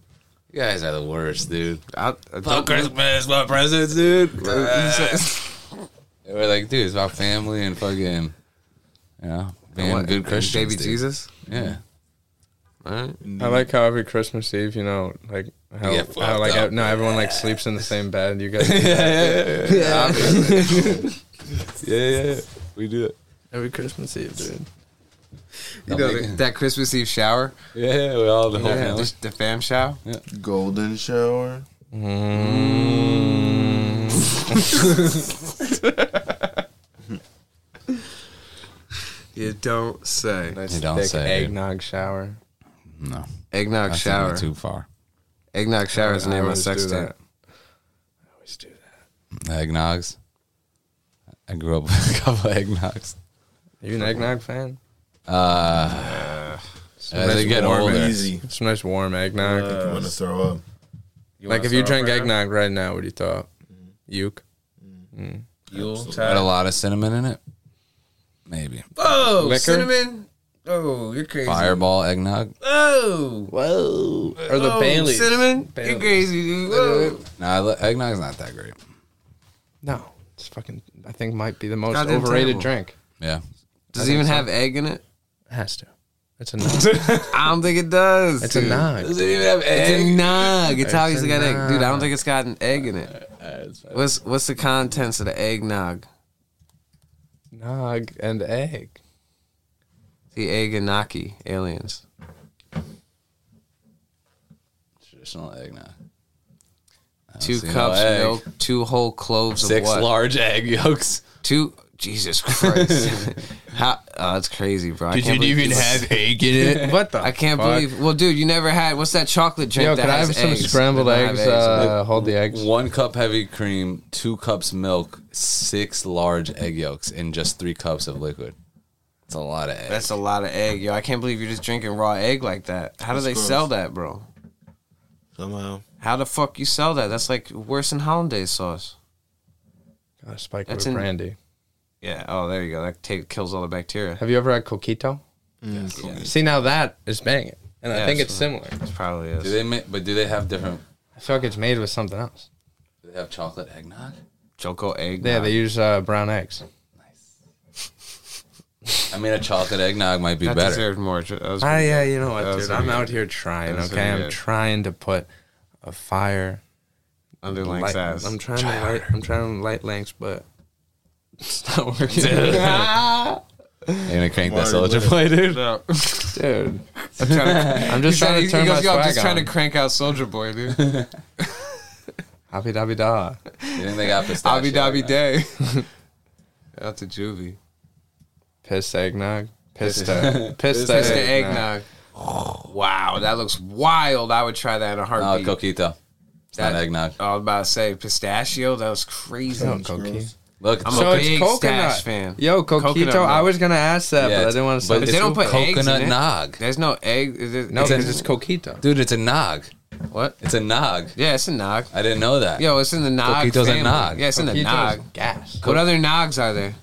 Speaker 3: You guys are the worst, dude.
Speaker 2: I, I
Speaker 3: Fuck
Speaker 2: don't-
Speaker 3: Christmas, what presents, dude? We're like, dude, it's about family and fucking, you know, being
Speaker 2: What,
Speaker 3: good Christians.
Speaker 2: Baby
Speaker 3: dude.
Speaker 2: Jesus.
Speaker 3: Yeah.
Speaker 2: All right.
Speaker 4: I like how every Christmas Eve, you know, like how,
Speaker 3: get
Speaker 4: how like
Speaker 3: fucked up.
Speaker 4: no, everyone like sleeps in the same bed. You guys, yeah,
Speaker 3: Yeah, yeah, yeah. We do it.
Speaker 4: every Christmas Eve, dude.
Speaker 2: You know, the- that Christmas Eve shower,
Speaker 3: Yeah, yeah, we all the whole
Speaker 2: the,
Speaker 3: family.
Speaker 2: the, fam shower.
Speaker 1: Golden shower.
Speaker 2: You don't say.
Speaker 4: Nice
Speaker 3: You don't
Speaker 4: thick
Speaker 3: say, dude.
Speaker 4: eggnog shower.
Speaker 3: No,
Speaker 2: Eggnog
Speaker 3: that's
Speaker 2: shower.
Speaker 3: shower. too far.
Speaker 2: Eggnog shower is the name of my
Speaker 4: always
Speaker 2: sex
Speaker 4: do
Speaker 2: tape.
Speaker 4: that. I always do that.
Speaker 3: Eggnogs. I grew up with a couple of eggnogs.
Speaker 4: Are you an eggnog fan?
Speaker 3: As they get
Speaker 1: Warm and
Speaker 3: older,
Speaker 1: Easy.
Speaker 4: Some nice warm eggnog.
Speaker 1: If you want to throw up.
Speaker 4: like if Uh, you drank eggnog right now, what do you thought? Uke.
Speaker 3: had a lot of cinnamon in it. Maybe
Speaker 2: Oh,
Speaker 4: Liquor?
Speaker 2: cinnamon. Oh, you're crazy.
Speaker 3: Fireball eggnog.
Speaker 2: Oh,
Speaker 3: Whoa.
Speaker 4: Or the
Speaker 2: oh,
Speaker 4: Bailey's.
Speaker 2: cinnamon. You're
Speaker 4: Bailey's.
Speaker 2: crazy, dude. Whoa.
Speaker 3: Nah, le- eggnog's not that great.
Speaker 4: No, it's fucking. I think might be the most
Speaker 7: Goddamn
Speaker 4: overrated
Speaker 7: terrible.
Speaker 4: drink.
Speaker 3: Yeah.
Speaker 2: Does it even have egg in it?
Speaker 6: It has to. It's a nog.
Speaker 2: I don't think it does.
Speaker 6: It's a
Speaker 2: dude.
Speaker 6: nog.
Speaker 3: Does it even have
Speaker 2: It's a nog. It's,
Speaker 6: It's
Speaker 2: obviously
Speaker 6: a
Speaker 2: got egg, dude. I don't
Speaker 6: nog.
Speaker 2: think it's got an egg in it. What's what's the contents of the eggnog?
Speaker 4: Nog and egg.
Speaker 2: The egg and gnocchi aliens.
Speaker 3: Traditional eggnog. I don't
Speaker 2: Two
Speaker 3: see no
Speaker 2: cups
Speaker 3: egg.
Speaker 2: milk, two whole cloves
Speaker 3: Six
Speaker 2: of what?
Speaker 3: large egg yolks.
Speaker 2: Two. Jesus Christ. How? Oh, that's crazy, bro. I can't believe people-
Speaker 4: egg in it? what the?
Speaker 2: I can't
Speaker 4: fuck?
Speaker 2: believe. Well, dude, you never had. What's that chocolate drink?
Speaker 4: Yo,
Speaker 2: that
Speaker 4: can I
Speaker 2: has
Speaker 4: have some
Speaker 2: eggs?
Speaker 4: scrambled
Speaker 2: They don't have
Speaker 4: eggs? Uh,
Speaker 2: in
Speaker 4: hold the eggs.
Speaker 3: One cup heavy cream, two cups milk, six large egg yolks, and just three cups of liquid. It's a lot of
Speaker 2: it.
Speaker 3: eggs.
Speaker 2: That's a lot of egg, yo. I can't believe you're just drinking raw egg like that. How do they
Speaker 1: gross.
Speaker 2: sell that, bro?
Speaker 1: Somehow.
Speaker 2: How the fuck you sell that? That's like worse than hollandaise sauce.
Speaker 4: Uh, spike
Speaker 2: That's
Speaker 4: with
Speaker 2: in-
Speaker 4: brandy.
Speaker 2: Yeah. Oh, there you go. That ta kills all the bacteria.
Speaker 4: Have you ever had coquito?
Speaker 2: Mm.
Speaker 4: See, now that is banging, and
Speaker 2: Yeah,
Speaker 4: I think it's
Speaker 2: it's-
Speaker 4: similar.
Speaker 2: It probably
Speaker 3: Do
Speaker 2: is.
Speaker 3: they make, but do they have different?
Speaker 4: I feel like it's made with something else.
Speaker 3: Do they have chocolate eggnog?
Speaker 2: Choco egg.
Speaker 4: Yeah, they use uh, brown eggs.
Speaker 3: I mean, a chocolate eggnog might be
Speaker 2: that
Speaker 3: better.
Speaker 2: deserved more. That was
Speaker 4: Ah,
Speaker 2: pretty
Speaker 4: yeah,
Speaker 2: good.
Speaker 4: you know what,
Speaker 2: That was
Speaker 4: dude? I'm
Speaker 2: pretty
Speaker 4: out here trying.
Speaker 2: That was
Speaker 4: Okay,
Speaker 2: pretty
Speaker 4: I'm
Speaker 2: good.
Speaker 4: trying to put a fire.
Speaker 2: Under Link's
Speaker 4: light-
Speaker 2: ass.
Speaker 4: I'm trying to light. I'm trying to light links, but it's not working.
Speaker 3: You're gonna crank that
Speaker 1: Marty
Speaker 3: soldier
Speaker 1: Whip.
Speaker 3: play, dude.
Speaker 4: dude.
Speaker 2: I'm trying to-
Speaker 4: I'm just
Speaker 2: He said-
Speaker 4: trying
Speaker 2: he
Speaker 4: to turn
Speaker 2: goes,
Speaker 4: my
Speaker 2: "Yo, I'm
Speaker 4: swag
Speaker 2: just trying to
Speaker 4: on.
Speaker 2: crank out Soldier Boy, dude.
Speaker 4: Happy dabby da.
Speaker 3: You think they got pistachio?
Speaker 2: Abu Dhabi
Speaker 3: eggnog?
Speaker 2: Day. Out to juvie.
Speaker 4: Piss eggnog. Pista. Pista
Speaker 2: It's the eggnog. Wow, that looks wild. I would try that in a
Speaker 3: No,
Speaker 2: heartbeat.
Speaker 3: coquito. It's
Speaker 2: That-
Speaker 3: not eggnog.
Speaker 2: I was about to say pistachio. That was crazy.
Speaker 4: Yo, coqui-
Speaker 3: Look,
Speaker 2: I'm
Speaker 3: so
Speaker 2: a
Speaker 4: So Oh, it's
Speaker 2: big
Speaker 4: coconut.
Speaker 2: stash fan.
Speaker 4: Yo,
Speaker 2: Coconut
Speaker 4: coquito.
Speaker 2: milk.
Speaker 4: I was gonna ask that, but I didn't want to say.
Speaker 2: but they don't put eggs in
Speaker 3: coconut
Speaker 2: it.
Speaker 3: nog.
Speaker 2: There's no egg. is it-
Speaker 4: no,
Speaker 2: is it-
Speaker 4: because it's coquito.
Speaker 3: Dude, it's a nog.
Speaker 2: what?
Speaker 3: It's a nog.
Speaker 2: Yeah, it's a nog.
Speaker 3: I didn't know that.
Speaker 2: Yo, it's in the nog.
Speaker 3: Coquito's a
Speaker 2: family.
Speaker 3: nog.
Speaker 2: Yeah, it's in the nog.
Speaker 4: Gas.
Speaker 2: What other nogs are there?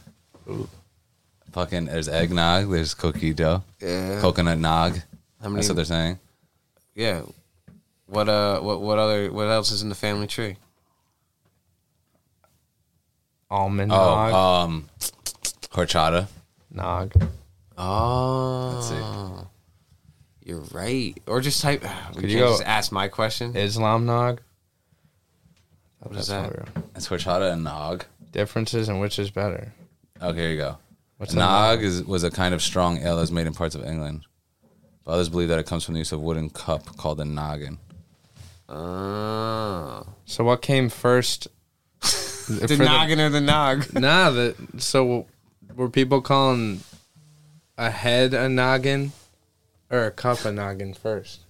Speaker 3: Fucking, there's eggnog. There's coquito.
Speaker 2: Yeah.
Speaker 3: Coconut nog.
Speaker 2: How
Speaker 3: That's what they're
Speaker 2: many?
Speaker 3: saying.
Speaker 2: Yeah. What uh? What what other? What else is in the family tree?
Speaker 4: Almond
Speaker 3: Oh,
Speaker 4: nog.
Speaker 2: uh,
Speaker 3: um, horchata.
Speaker 4: nog.
Speaker 2: Oh.
Speaker 3: it.
Speaker 2: You're right. Or just type. We
Speaker 4: Could
Speaker 2: Could
Speaker 4: you
Speaker 2: you
Speaker 4: go-
Speaker 2: just ask my question?
Speaker 4: Islam nog.
Speaker 2: What is that?
Speaker 4: probably-
Speaker 3: It's horchata and nog.
Speaker 4: Differences and which is better.
Speaker 3: Okay, here you go.
Speaker 4: What's a
Speaker 3: nog is, was a kind of strong ale that was made in parts of England. But others believe that it comes from the use of wooden cup called a noggin.
Speaker 2: Oh.
Speaker 4: So what came first? For
Speaker 2: The noggin or the nog?
Speaker 4: nah, the so were people calling a head a noggin or a cup a noggin first?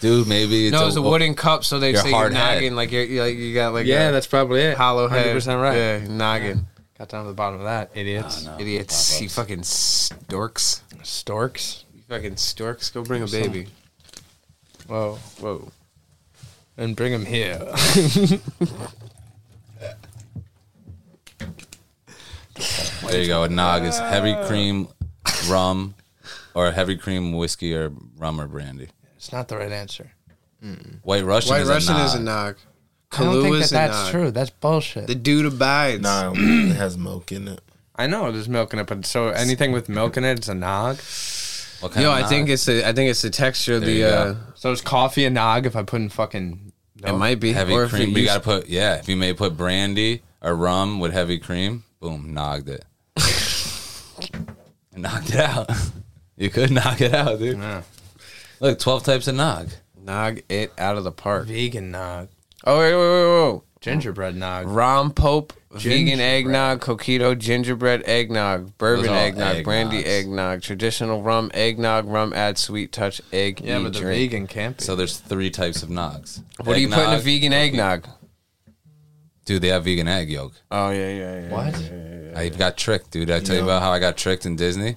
Speaker 3: Dude, maybe it's
Speaker 2: No, it's a wooden cup, so they
Speaker 3: Your
Speaker 2: say you're
Speaker 3: hard head.
Speaker 2: noggin. Like, you're, you like you got like
Speaker 4: yeah,
Speaker 2: a
Speaker 4: that's probably it.
Speaker 2: hollow head.
Speaker 4: 100% right.
Speaker 2: Yeah, noggin.
Speaker 4: Got down to the bottom of that, idiots.
Speaker 3: Oh, no.
Speaker 2: Idiots. You fucking storks.
Speaker 4: Storks.
Speaker 2: You fucking storks. Go bring a baby.
Speaker 4: Whoa,
Speaker 2: Whoa.
Speaker 4: and bring them here.
Speaker 3: There you go. A nog is heavy cream rum or heavy cream whiskey or rum or brandy.
Speaker 4: it's not the right answer.
Speaker 3: White Russian
Speaker 2: White
Speaker 3: is
Speaker 2: Russian
Speaker 3: a nog.
Speaker 2: is a nog.
Speaker 4: I don't think
Speaker 2: Kahlua
Speaker 4: that
Speaker 2: is a
Speaker 4: that's
Speaker 2: nog.
Speaker 4: true. That's bullshit.
Speaker 2: The dude abides.
Speaker 1: Nah, it has milk in it.
Speaker 4: I know there's milk in it, but so anything with milk in it, it's a nog.
Speaker 3: What kind
Speaker 2: Yo,
Speaker 3: of
Speaker 2: I
Speaker 3: nog?
Speaker 2: think it's the I think it's the texture of
Speaker 3: There
Speaker 2: the.
Speaker 3: you go.
Speaker 2: uh
Speaker 4: So is coffee a nog if I put in fucking?
Speaker 2: It might be
Speaker 3: heavy
Speaker 2: or if
Speaker 3: cream.
Speaker 2: you
Speaker 3: But you
Speaker 2: use-
Speaker 3: gotta put yeah. If you may put brandy or rum with heavy cream, boom, nogged it. knocked it out. you could knock it out, dude.
Speaker 4: Yeah.
Speaker 3: Look, twelve types of nog.
Speaker 2: nog it out of the park.
Speaker 4: Vegan nog,
Speaker 2: Oh wait, wait, wait, wait.
Speaker 4: gingerbread nog.
Speaker 2: Rom Pope, vegan
Speaker 4: Gingerbread.
Speaker 2: eggnog, coquito, gingerbread eggnog, bourbon
Speaker 3: Those are all
Speaker 2: eggnog, brandy
Speaker 3: eggnogs.
Speaker 2: eggnog, traditional rum eggnog, rum add sweet touch egg.
Speaker 4: Yeah,
Speaker 2: e
Speaker 4: but the
Speaker 2: drink.
Speaker 4: vegan can't be.
Speaker 3: So there's three types of nogs.
Speaker 2: What do you put in a
Speaker 3: Eggnog-
Speaker 2: vegan eggnog?
Speaker 3: Dude, they have vegan egg yolk.
Speaker 2: Oh yeah, yeah, yeah.
Speaker 4: what?
Speaker 3: I got tricked, dude. Did I tell you about how I got tricked in Disney?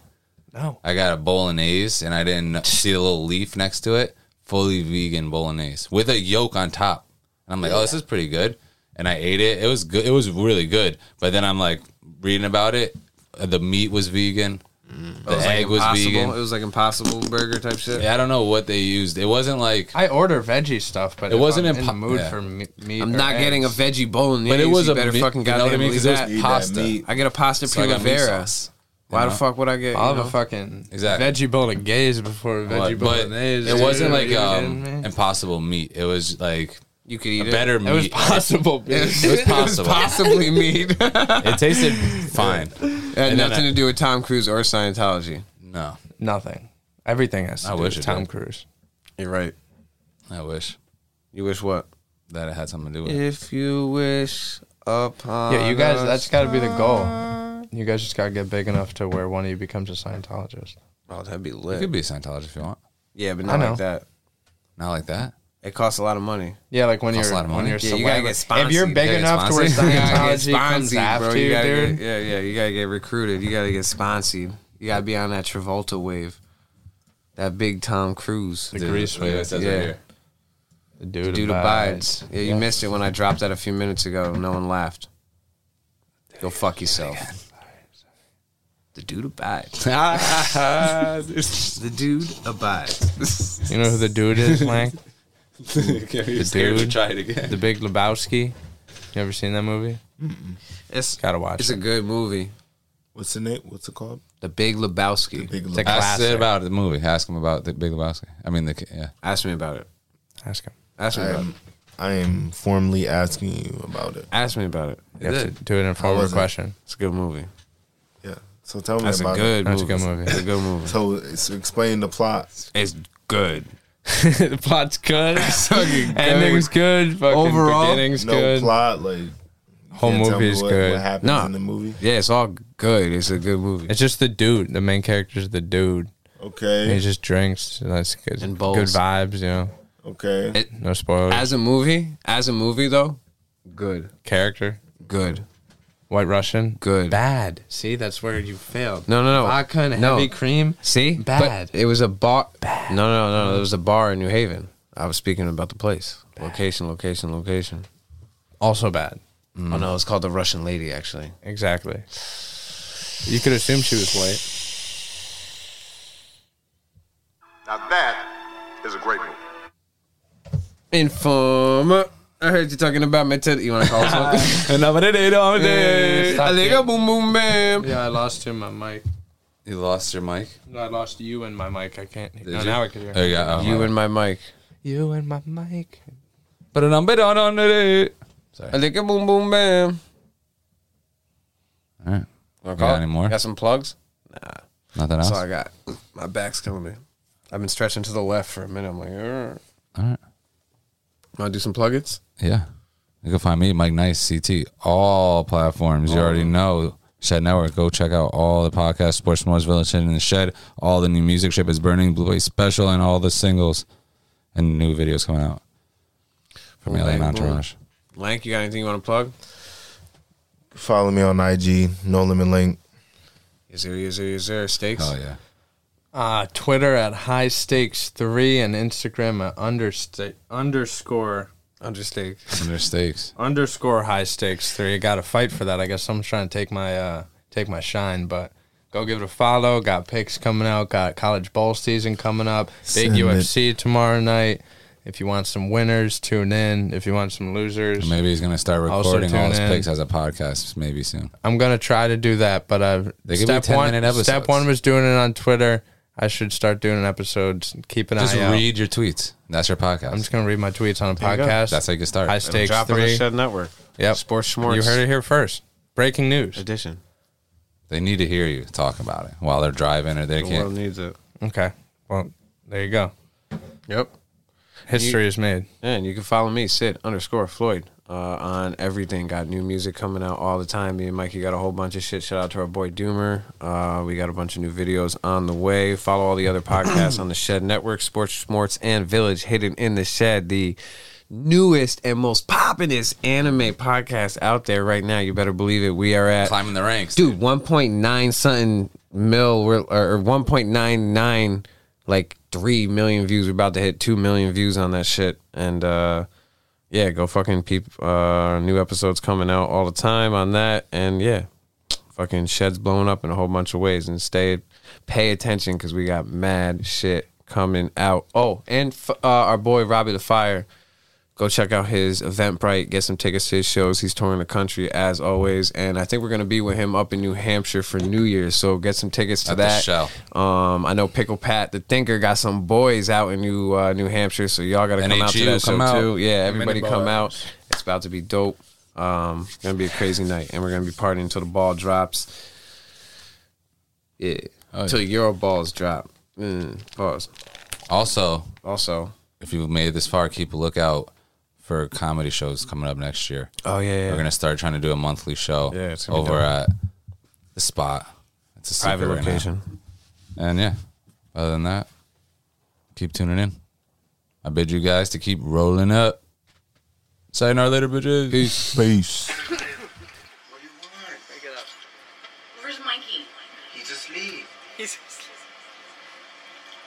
Speaker 4: No.
Speaker 3: I got a bolognese and I didn't see the little leaf next to it. Fully vegan bolognese with a yolk on top. And I'm like, oh, this is pretty good. And I ate it. It was good. It was really good. But then I'm like reading about it. Uh, The meat was vegan.
Speaker 2: It
Speaker 3: the egg was
Speaker 2: impossible.
Speaker 3: vegan.
Speaker 2: It was like impossible burger type shit.
Speaker 3: Yeah, I don't know what they used. It wasn't like,
Speaker 4: I order veggie stuff, but
Speaker 3: It
Speaker 4: if
Speaker 3: wasn't
Speaker 4: I'm in
Speaker 3: impo-
Speaker 4: the mood
Speaker 3: yeah.
Speaker 4: for me- meat.
Speaker 2: I'm
Speaker 4: or
Speaker 2: not getting a
Speaker 4: eggs.
Speaker 2: veggie bone. Yeah,
Speaker 3: but it was a
Speaker 2: better
Speaker 3: mi-
Speaker 2: fucking
Speaker 3: you know what I
Speaker 2: goddamn
Speaker 3: mean?
Speaker 2: leave
Speaker 3: 'Cause
Speaker 2: that.
Speaker 3: it
Speaker 1: Eat
Speaker 3: was
Speaker 1: that
Speaker 3: pasta.
Speaker 1: meat.
Speaker 2: I get a pasta
Speaker 3: So I
Speaker 2: pura
Speaker 3: got meat
Speaker 2: vera.
Speaker 3: sauce.
Speaker 2: Why
Speaker 3: you
Speaker 2: the
Speaker 3: know?
Speaker 2: fuck would I get?
Speaker 4: I'll
Speaker 2: you
Speaker 4: have
Speaker 2: know?
Speaker 4: a fucking
Speaker 3: Exactly.
Speaker 4: veggie bolognese before veggie
Speaker 3: But, but
Speaker 4: bolognese.
Speaker 3: it wasn't like
Speaker 4: um,
Speaker 3: um, impossible meat. It was like
Speaker 2: You could eat it.
Speaker 3: better
Speaker 4: it was
Speaker 3: meat.
Speaker 4: possible. bitch.
Speaker 3: It was possible.
Speaker 2: possibly meat. it
Speaker 3: it tasted fine.
Speaker 2: had
Speaker 3: then
Speaker 2: nothing
Speaker 3: I-
Speaker 2: to do with Tom Cruise or Scientology.
Speaker 3: No,
Speaker 4: Nothing. Everything has to
Speaker 3: I
Speaker 4: do
Speaker 3: wish
Speaker 4: with
Speaker 3: it
Speaker 4: Tom
Speaker 3: did.
Speaker 4: Cruise.
Speaker 2: You're right.
Speaker 3: I wish
Speaker 2: You wish what?
Speaker 3: that it had something to do with it.
Speaker 2: If you wish upon.
Speaker 4: Yeah, you guys.
Speaker 2: a
Speaker 4: That's got to be the goal. You guys just got to get big enough to where one of you becomes a Scientologist.
Speaker 2: Oh, that'd be
Speaker 3: You
Speaker 2: lit.
Speaker 3: could be a Scientologist if you want.
Speaker 2: yeah, but
Speaker 4: I
Speaker 2: not
Speaker 4: know.
Speaker 2: like that.
Speaker 3: Not like that.
Speaker 2: It costs a lot of money.
Speaker 4: Yeah, like when
Speaker 3: Costs
Speaker 4: you're
Speaker 3: a lot of
Speaker 4: when
Speaker 3: money.
Speaker 4: you're
Speaker 2: Yeah, you gotta
Speaker 4: celeb-
Speaker 2: get sponsored.
Speaker 4: If you're big
Speaker 3: You gotta get
Speaker 4: enough to where
Speaker 3: sponsored.
Speaker 2: You gotta get
Speaker 4: Scientology comes
Speaker 2: sponsored, bro.
Speaker 4: after
Speaker 2: You
Speaker 4: you,
Speaker 2: gotta get-
Speaker 4: dude.
Speaker 2: yeah, yeah. You gotta get recruited. You gotta get sponsored. You gotta be on that Travolta wave. That big Tom Cruise.
Speaker 4: The grease
Speaker 3: Look at what it
Speaker 4: wave.
Speaker 3: says
Speaker 2: Yeah.
Speaker 3: right here.
Speaker 4: The dude,
Speaker 2: Dude abides. Yeah, you missed it when I dropped that a few minutes ago. No one laughed. Go fuck yourself. The dude abides. the dude abides.
Speaker 4: You know who the dude is, Lang?
Speaker 3: the
Speaker 4: scared to dude.
Speaker 3: try it again.
Speaker 4: the Big Lebowski. You ever seen that movie?
Speaker 2: It's,
Speaker 4: Gotta watch
Speaker 2: it's
Speaker 4: it.
Speaker 2: a good movie.
Speaker 1: What's the name? What's it called?
Speaker 2: The Big Lebowski.
Speaker 1: Big
Speaker 4: It's a
Speaker 1: Lebowski.
Speaker 3: Ask
Speaker 4: classic.
Speaker 3: Sid about the movie. Ask him about the Big Lebowski. I mean, the ki- yeah.
Speaker 2: Ask me about it.
Speaker 4: Ask him.
Speaker 2: Ask me
Speaker 1: I
Speaker 2: about it.
Speaker 1: am, I am formally asking you about it.
Speaker 2: Ask me about it.
Speaker 4: You have to do it in a forward
Speaker 1: was it?
Speaker 4: question.
Speaker 2: It's a good movie.
Speaker 1: Yeah. So tell me
Speaker 2: That's a
Speaker 1: about it.
Speaker 2: good
Speaker 4: That's a
Speaker 2: movie.
Speaker 4: good movie.
Speaker 2: It's a good movie.
Speaker 1: So it's, explain the plot.
Speaker 2: It's good.
Speaker 4: the plot's good. Ending's good. Fucking
Speaker 2: Overall,
Speaker 4: beginning's
Speaker 1: no
Speaker 4: good.
Speaker 1: plot. Like you
Speaker 4: Whole
Speaker 1: can't tell me
Speaker 4: movie is
Speaker 1: what,
Speaker 4: good.
Speaker 1: What happens
Speaker 2: Nah.
Speaker 1: in the movie?
Speaker 2: Yeah, it's all good. It's a good movie.
Speaker 4: It's just the dude. The main character's the dude. And he
Speaker 1: Okay.
Speaker 4: just drinks. And that's good.
Speaker 2: And bowls.
Speaker 4: good vibes. You know,
Speaker 1: Okay.
Speaker 2: It-
Speaker 4: no spoilers.
Speaker 2: As a movie, as a movie though, good,
Speaker 4: character.
Speaker 2: good,
Speaker 4: White Russian.
Speaker 2: good.
Speaker 4: Bad. See, that's where you failed.
Speaker 2: No, no, no.
Speaker 4: Vodka and
Speaker 2: No.
Speaker 4: heavy cream.
Speaker 2: See, But
Speaker 4: Bad.
Speaker 2: it was a bar. Bad. No, no, no, no. There was a bar in New Haven. I was speaking about the place, location, location, location.
Speaker 4: Also bad.
Speaker 3: Mm.
Speaker 2: Oh no, it's called the Russian Lady. Actually,
Speaker 4: Exactly. You could assume she was white.
Speaker 8: Now that is a great movie.
Speaker 2: informer. I heard you talking about my teddy. You want to call us
Speaker 4: stop
Speaker 2: one? boom boom bam.
Speaker 4: Yeah, I lost to my mic.
Speaker 3: You lost your mic.
Speaker 4: No, I lost you and my mic. I can't. no,
Speaker 3: you?
Speaker 4: now I can hear.
Speaker 3: There you go. Oh,
Speaker 2: You and my mic.
Speaker 4: You and my mic.
Speaker 3: but an on on it.
Speaker 2: I lick a boom boom bam.
Speaker 3: All right.
Speaker 2: Wanna
Speaker 3: You got
Speaker 2: call?
Speaker 3: any more?
Speaker 2: Got some plugs?
Speaker 3: Nothing else.
Speaker 2: That's all I got. My back's killing me. I've been stretching to the left for a minute. I'm like, "Ugh."
Speaker 3: All right.
Speaker 2: want to do some plug-ins?
Speaker 3: Yeah. You can find me, Mike Nice, CT, all platforms. You already know. Shed Network. Go check out all the podcasts, Sports Moors, Village Shed, and the Shed. All the new music, Ship is Burning, Blue Way Special, and all the singles and new videos coming out from Alien
Speaker 2: Boom.
Speaker 3: Entourage.
Speaker 2: Lank, you got anything you want to plug?
Speaker 1: Follow me on IG. No limit link.
Speaker 2: Is there, is there, is there stakes?
Speaker 3: Oh, yeah.
Speaker 4: Uh, Twitter at high stakes three and Instagram at understa- underscore
Speaker 2: Under stake.
Speaker 3: And there's stakes.
Speaker 4: underscore high stakes three. Got to fight for that. I guess I'm trying to take my uh take my shine, but go give it a follow. Got picks coming out. Got college bowl season coming up. Big
Speaker 1: Send it.
Speaker 4: UFC tomorrow night. If you want some winners, tune in. If you want some losers,
Speaker 3: Maybe he's going to start
Speaker 4: Also
Speaker 3: recording all
Speaker 4: tune
Speaker 3: his
Speaker 4: in.
Speaker 3: picks as a podcast maybe soon.
Speaker 4: I'm gonna try to do that, but I've
Speaker 3: They give you
Speaker 4: step
Speaker 3: 10
Speaker 4: one.
Speaker 3: minute episodes.
Speaker 4: Step one was doing it on Twitter. I should start doing an episode. Keep an
Speaker 3: Just
Speaker 4: eye out.
Speaker 3: read your tweets. That's your podcast.
Speaker 4: I'm just gonna read my tweets on a podcast.
Speaker 3: That's how you get started.
Speaker 4: high stakes
Speaker 2: Drop on the
Speaker 4: three.
Speaker 2: Shed Network.
Speaker 4: Yep,
Speaker 2: Sports Schmorts.
Speaker 4: You heard it here first. Breaking news.
Speaker 2: Edition.
Speaker 3: They need to hear you talk about it while they're driving or they
Speaker 2: The
Speaker 3: can't.
Speaker 2: world needs it.
Speaker 4: Okay. Well, there you go.
Speaker 2: Yep.
Speaker 4: History is made.
Speaker 2: And you can follow me, Sid underscore Floyd, uh, on everything. Got new music coming out all the time. Me and Mikey got a whole bunch of shit. Shout out to our boy Doomer. Uh, we got a bunch of new videos on the way. Follow all the other podcasts on the Shed Network, Sports, Smorts, and Village Hidden in the Shed, the newest and most poppinest anime podcast out there right now. You better believe it. We are at
Speaker 3: Climbing the ranks.
Speaker 2: dude 1.9 something mil we're- or 1.99 like 3 million views we're about to hit 2 million views on that shit and uh yeah go fucking peep uh new episodes coming out all the time on that and yeah fucking sheds blowing up in a whole bunch of ways and stay pay attention because we got mad shit coming out. Oh, and f- uh, our boy Robbie the Fire. Go check out his Eventbrite. Get some tickets to his shows. He's touring the country as always, and I think we're gonna be with him up in New Hampshire for New Year's. So get some tickets to
Speaker 3: At the
Speaker 2: that
Speaker 3: show.
Speaker 2: Um, I know Pickle Pat the Thinker got some boys out in New uh, New Hampshire, so y'all gotta come out to
Speaker 3: NHU,
Speaker 2: that
Speaker 3: come
Speaker 2: show
Speaker 3: out.
Speaker 2: too. Yeah, everybody
Speaker 6: Mini
Speaker 2: come
Speaker 6: bars.
Speaker 2: out. It's about to be dope. Um, gonna be a crazy night, and we're gonna be partying until the ball drops. Yeah, until your balls drop. Mm, pause.
Speaker 3: Also,
Speaker 2: Also,
Speaker 3: if you made it this far, keep a lookout for comedy shows coming up next year.
Speaker 2: oh yeah,
Speaker 3: We're gonna start trying to do a monthly show
Speaker 2: Yeah, it's gonna be
Speaker 3: over
Speaker 2: dope.
Speaker 3: at the spot. It's a secret
Speaker 2: private
Speaker 3: right now.
Speaker 2: location.
Speaker 3: And yeah, other than that, keep tuning in. I bid you guys to keep rolling up. Sayonara later, bitches.
Speaker 1: Peace.
Speaker 9: Where's Mikey?
Speaker 10: He's asleep.
Speaker 9: He's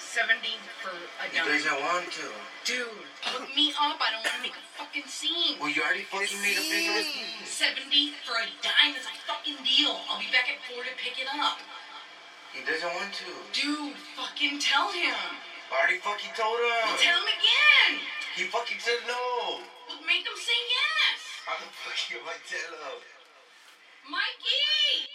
Speaker 9: 17 for a
Speaker 10: He
Speaker 9: dime.
Speaker 10: doesn't want to.
Speaker 9: Dude, look me up. I don't want to make a fucking scene.
Speaker 10: Well, you already fucking made a big mistake.
Speaker 9: 70 for a dime is a fucking deal. I'll be back at 4 to pick it up.
Speaker 10: He doesn't want to.
Speaker 9: Dude, fucking tell him.
Speaker 10: I already fucking told him.
Speaker 9: Well, tell him again.
Speaker 10: He fucking said no.
Speaker 9: Well, make him say yes.
Speaker 10: How the fuck am I tell him?
Speaker 9: Mikey!